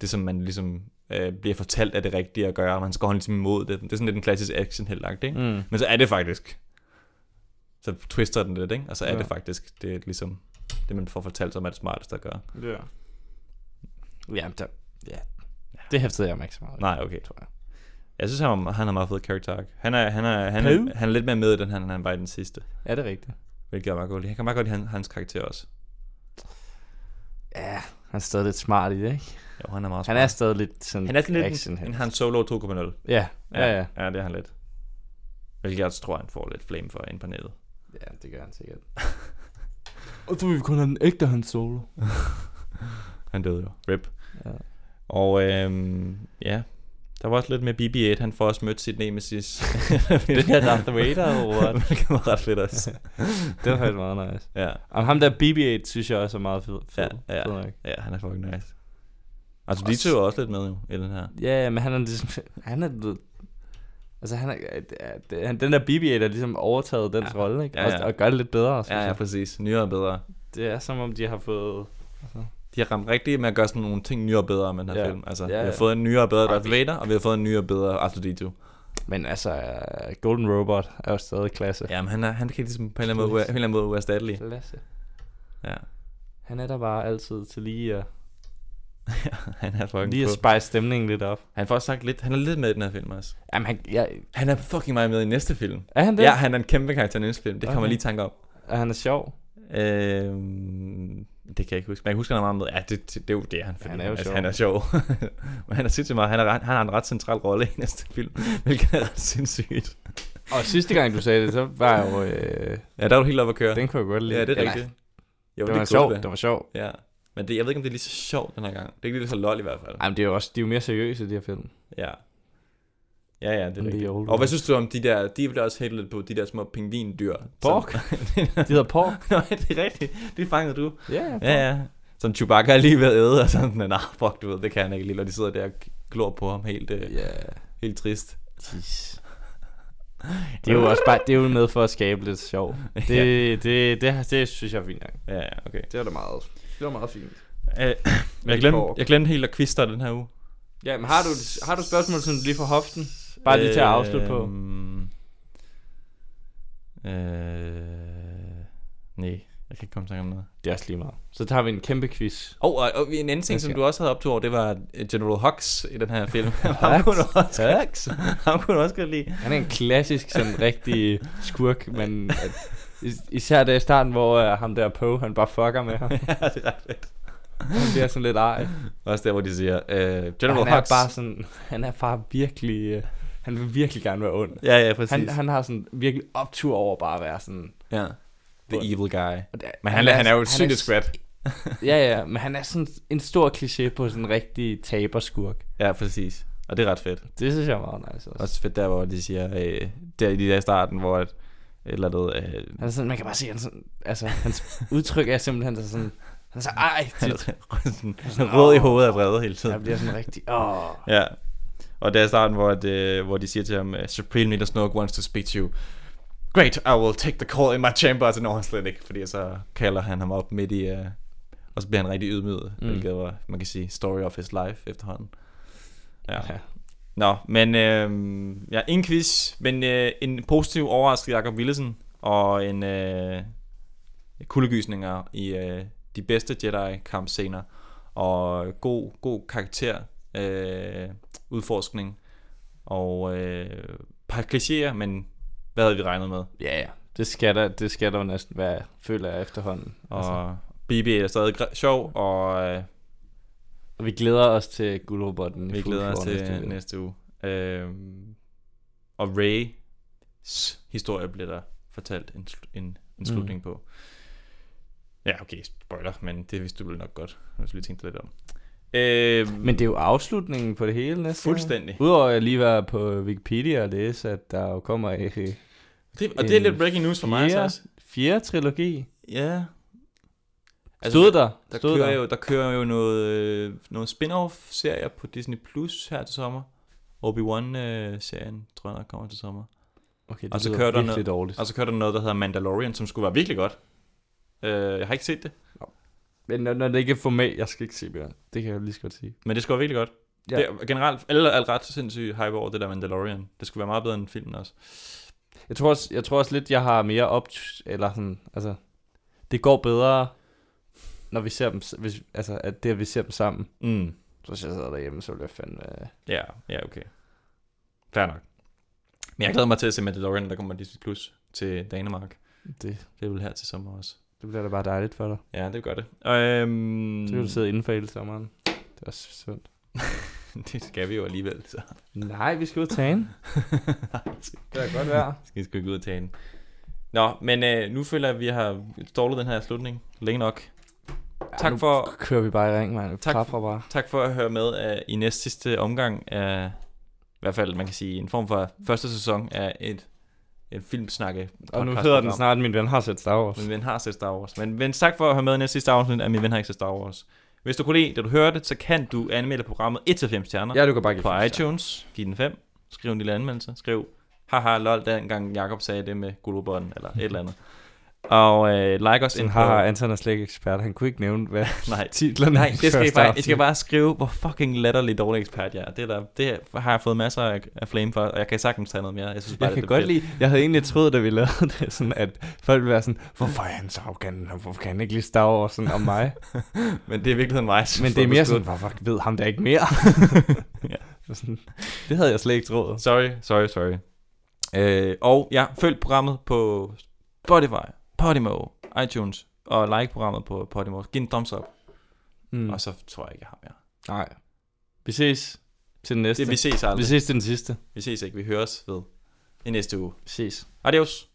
det som man ligesom øh, bliver fortalt, er det rigtige at gøre, man skal holde ligesom imod det. Det er sådan lidt en klassisk actionhelt ikke? Mm. Men så er det faktisk. Så twister den lidt, ikke? Og så er Ja. ja. det faktisk, det er ligesom det, man får fortalt, som er det smarteste at gøre. Ja. Ja, der, ja. Det hæftede jeg mig ikke så meget. ved, Nej, okay. Tror jeg. Jeg synes, han, var- han er meget fed character arc. Han er, han er, han, er, Pøh? han er lidt mere med i den her, end han var i den sidste. Ja, det er rigtigt. Hvilket er meget godt. Jeg kan meget godt lide han- hans karakter også. Ja, han er stadig lidt smart i det, ikke? Jo, han er meget Han er stadig lidt sådan han er sådan lidt action en, en Han Solo 2.0. Ja, ja, ja. ja. det er han lidt. Hvilket jeg også tror, han får lidt flame for ind på nettet. Ja, det gør han sikkert. Og så vil vi kun have den ægte Han Solo. Han døde jo. Rip. Ja. Og øhm, ja, der var også lidt med BB-8. Han får også mødt sit nemesis. det er Darth Vader, og what? Hvilket var ret fedt også. det var faktisk meget nice. Ja, Og ham der BB-8, synes jeg også er meget fed. fed Ja, ja. Fed nok. ja han er fucking nice. Altså, de to er også lidt med jo, i den her. Ja, ja, men han er ligesom... Han er blevet... Altså, han er, øh, øh, han- den der BB-8 er ligesom overtaget dens Ja. rolle, ikke? Ja, ja. Og, og gør det lidt bedre, synes Ja, ja, jeg. præcis. Nyere og bedre. Det er som om, de har fået... De har ramt rigtigt med at gøre sådan nogle ting nyere og bedre med den her Ja. film. Altså, Ja, vi ja. har fået en nyere og bedre Darth Vader, og vi har fået en nyere og bedre Arthur D2. Men altså, øh, Golden Robot er jo stadig klasse. Jamen, han, er, han kan ligesom på en eller anden måde, på en eller anden måde uerstattelig. Klasse. Ja. Han er der bare altid til lige at, han er fucking lige at på. spice stemningen lidt op. Han får også sagt lidt, han er lidt med i den her film også. Jamen, han, jeg, Han er fucking meget med i næste film. er han det? Ja, han er en kæmpe karakter i næste film. Det kommer Okay. jeg lige i tanke om. Og han er sjov. Øhm, det kan jeg ikke huske. Men jeg kan huske, han er meget med. Ja, det, det, det er jo det, han, fordi, han er jo altså, sjov. Han er sjov. Men han er sindssygt meget. Han, er, ret- han har en ret central rolle i næste film, hvilket er ret sindssygt. Og sidste gang, du sagde det, så var jeg jo... Øh, Ja, der er du helt oppe at køre. den kunne jeg godt lide. ja, det er Eller, rigtigt. Jo, Det, var kunne sjov. være. Det var sjov. Ja. Men det, jeg ved ikke, om det er lige så sjovt den her gang. Det er ikke lige så lol i hvert fald. Ej, men det er jo også, de er jo mere seriøse, de her film. Ja. Ja, ja, det er End rigtigt. The Old Og hvad Ones. synes du om de der, de bliver også hættet lidt på, de der små pingvindyr. som- Pork? De hedder Pork. Nå, det er rigtigt. Det fangede du. Ja, ja. Ja, ja. Som Chewbacca er lige ved at æde, og sådan, nej, nah, fuck, du ved, det kan han ikke lide, og de sidder der og glor på ham helt, øh, Ja, helt trist. jeez. Det er jo også bare, det er jo med for at skabe lidt sjov. Det, Ja. det, det, det, det synes jeg er fint nok. Ja, ja, okay. Det var da meget, det var meget fint. Øh, jeg, glemte, jeg glemte helt at quizte dig den her uge. Ja, men har du, har du spørgsmål sådan lige fra hoften? Bare lige til at afslutte på. Øhm, Øh, nej, jeg kan ikke komme i tanke om noget. Det er også lige meget. Så tager vi en kæmpe quiz. Og, og, og en anden ting, Jeg som skal- du også havde optog over, det var øh, General Hux i den her film. ham, Hux? kunne du også, Hux? ham kunne du også godt lide. Han er en klassisk, sådan rigtig skurk, men at, is- især der i starten, hvor uh, ham der Poe, han bare fucker med ham. ja, det er ret fedt. Han bliver sådan lidt ej. Også der, hvor de siger, øh, Og General han er Hux. bare sådan, han er bare virkelig, uh, han vil virkelig gerne være ond. Ja, ja, præcis. Han, han har sådan virkelig optur over bare at være sådan... Ja. The Hvor- evil guy. Og det- Men han, han, han er jo han et synligt skvat. Ja, ja, men han er sådan en stor kliché på sådan en rigtig taberskurk. Ja, præcis. Og det er ret fedt. Det synes jeg er meget nice også. Også fedt der, hvor de siger, øh, der i de der i starten, hvor at, eller noget, øh, Han er sådan, man kan bare se, han sådan, altså, hans udtryk er simpelthen så sådan... Han er så ej han tit. er sådan rød i hovedet af vrede hele Jeg tiden. bliver sådan rigtig... Åh. Ja. Og der i starten, hvor, at, øh, hvor de siger til ham, øh, Supreme Leader Snoke wants to speak to you. Great, I will take the call in my chamber. Og så når han slet ikke, fordi så kalder han ham op midt i, øh, og så bliver han rigtig ydmyget, mm. Mm. hvilket var, man kan sige, story of his life efterhånden. Ja. Ja. Nå, men øh, ja, ingen quiz, men øh, en positiv overraskelse Jakob Willesen, og en øh, kuldegysninger i øh, de bedste Jedi-kampscener, og god, god karakter, øh, udforskning, og øh, par klichéer, men hvad havde vi regnet med? Ja, ja. Det skal der, det skal der jo næsten være, føler jeg efterhånden. Og Altså. altså. BB er stadig gr- sjov, og øh, Og vi glæder os til guldrobotten. i vi Full glæder os Floor til næste næste uge. uge. Næste uge. Øh, og Ray's historie bliver der fortalt en, sl- en, en slutning mm. på. Ja, okay, spoiler, men det vidste du vel nok godt, hvis du lige tænkte lidt om. Øh, Men det er jo afslutningen på det hele næste uge. fuldstændig. Udover at jeg lige var på Wikipedia og læse, at der jo kommer en Det, og det er en lidt breaking news for mig, fjerde- Sars. fjerde trilogi. Ja. Altså, stod der? Der stod kører, jo, der kører jo noget, øh, nogle spin-off-serier på Disney Plus her til sommer. Obi-Wan-serien, tror jeg, der kommer til sommer. Okay, det Og så lyder kører der virkelig dårligt. Og så kører der noget, altså- der hedder Mandalorian, som skulle være virkelig godt. Øh, jeg har ikke set det, Men når, når det ikke er format, jeg skal ikke se mere. Det kan jeg lige så godt sige. men det skulle være virkelig godt. Ja. Ja. Det er generelt, alle er ret sindssygt hype over det der Mandalorian. Det skulle være meget bedre end filmen også. Jeg tror også, jeg tror også lidt, jeg har mere op... Eller sådan, altså... Det går bedre, når vi ser dem... s- Hvis, altså, at det, at vi ser dem sammen. Mm. Så hvis jeg sidder derhjemme, så ville jeg fandme... øh, Ja, ja, okay. Fair nok. Men jeg glæder mig til at se Mandalorian, der kommer på Disney Plus til Danmark. Det, Det er vel her til sommer også. det bliver da bare dejligt for dig. Ja, det gør det. Øhm, Så kan du sidde indenfor hele sommeren. Det er også sundt. det skal vi jo alligevel, så. Nej, vi skal ud og tage Det kan godt være. skal sgu ikke ud og tage den. Nå, men øh, nu føler jeg, at vi har stålet den her slutning længe nok. Tak nu for- kører vi bare i ring, mand. Tak Tak for- for bare. Tak for at høre med uh, i næst sidste omgang af, i hvert fald man kan sige, en form for første sæson af et, et filmsnakke Og nu podcast- hedder den program. snart, min ven har set Star Wars. Min ven har set Star Wars. Men, men tak for at høre med i næste sidste afsnit af Min ven har ikke set Star Wars. Hvis du kunne lide det, du hørte, så kan du anmelde programmet 1-5 stjerner Ja, du kan bare give på fem stjerner. iTunes. Giv den 5. Skriv en lille anmeldelse. Skriv, haha, lol, dengang Jakob sagde det med guldrubånden, eller et eller andet. Og øh, like os Sådan, ind på... haha, Anton er slet ikke ekspert. Han kunne ikke nævne, hvad Nej, titlerne Nej, det skal I, bare, I afsnit. skal bare skrive, hvor fucking latterlig dårlig ekspert jeg er. Det, er der, det har jeg fået masser af, af flame for, og jeg kan sagtens tage noget mere. Jeg synes bare, Jeg det kan er godt fedt. lide, jeg havde egentlig troet, da vi lavede det, sådan at folk ville være sådan, hvorfor er han så arrogant, og hvorfor kan han ikke lide Star Wars sådan, om mig? Men det er i virkeligheden mig. jeg synes, Men det er der mere skudt. sådan, hvorfor ved ham der ikke mere? ja. sådan, det havde jeg slet ikke troet. Sorry, sorry, sorry. Øh, og ja, følg programmet på Spotify, Podimo, iTunes, og like programmet på Podimo. Giv en thumbs up, Mm. og så tror jeg ikke, jeg har mere. Nej. Vi ses til den næste. Det, vi ses vi aldrig. ses til den sidste. Vi ses ikke, vi høres ved i næste uge. Vi ses. Adios.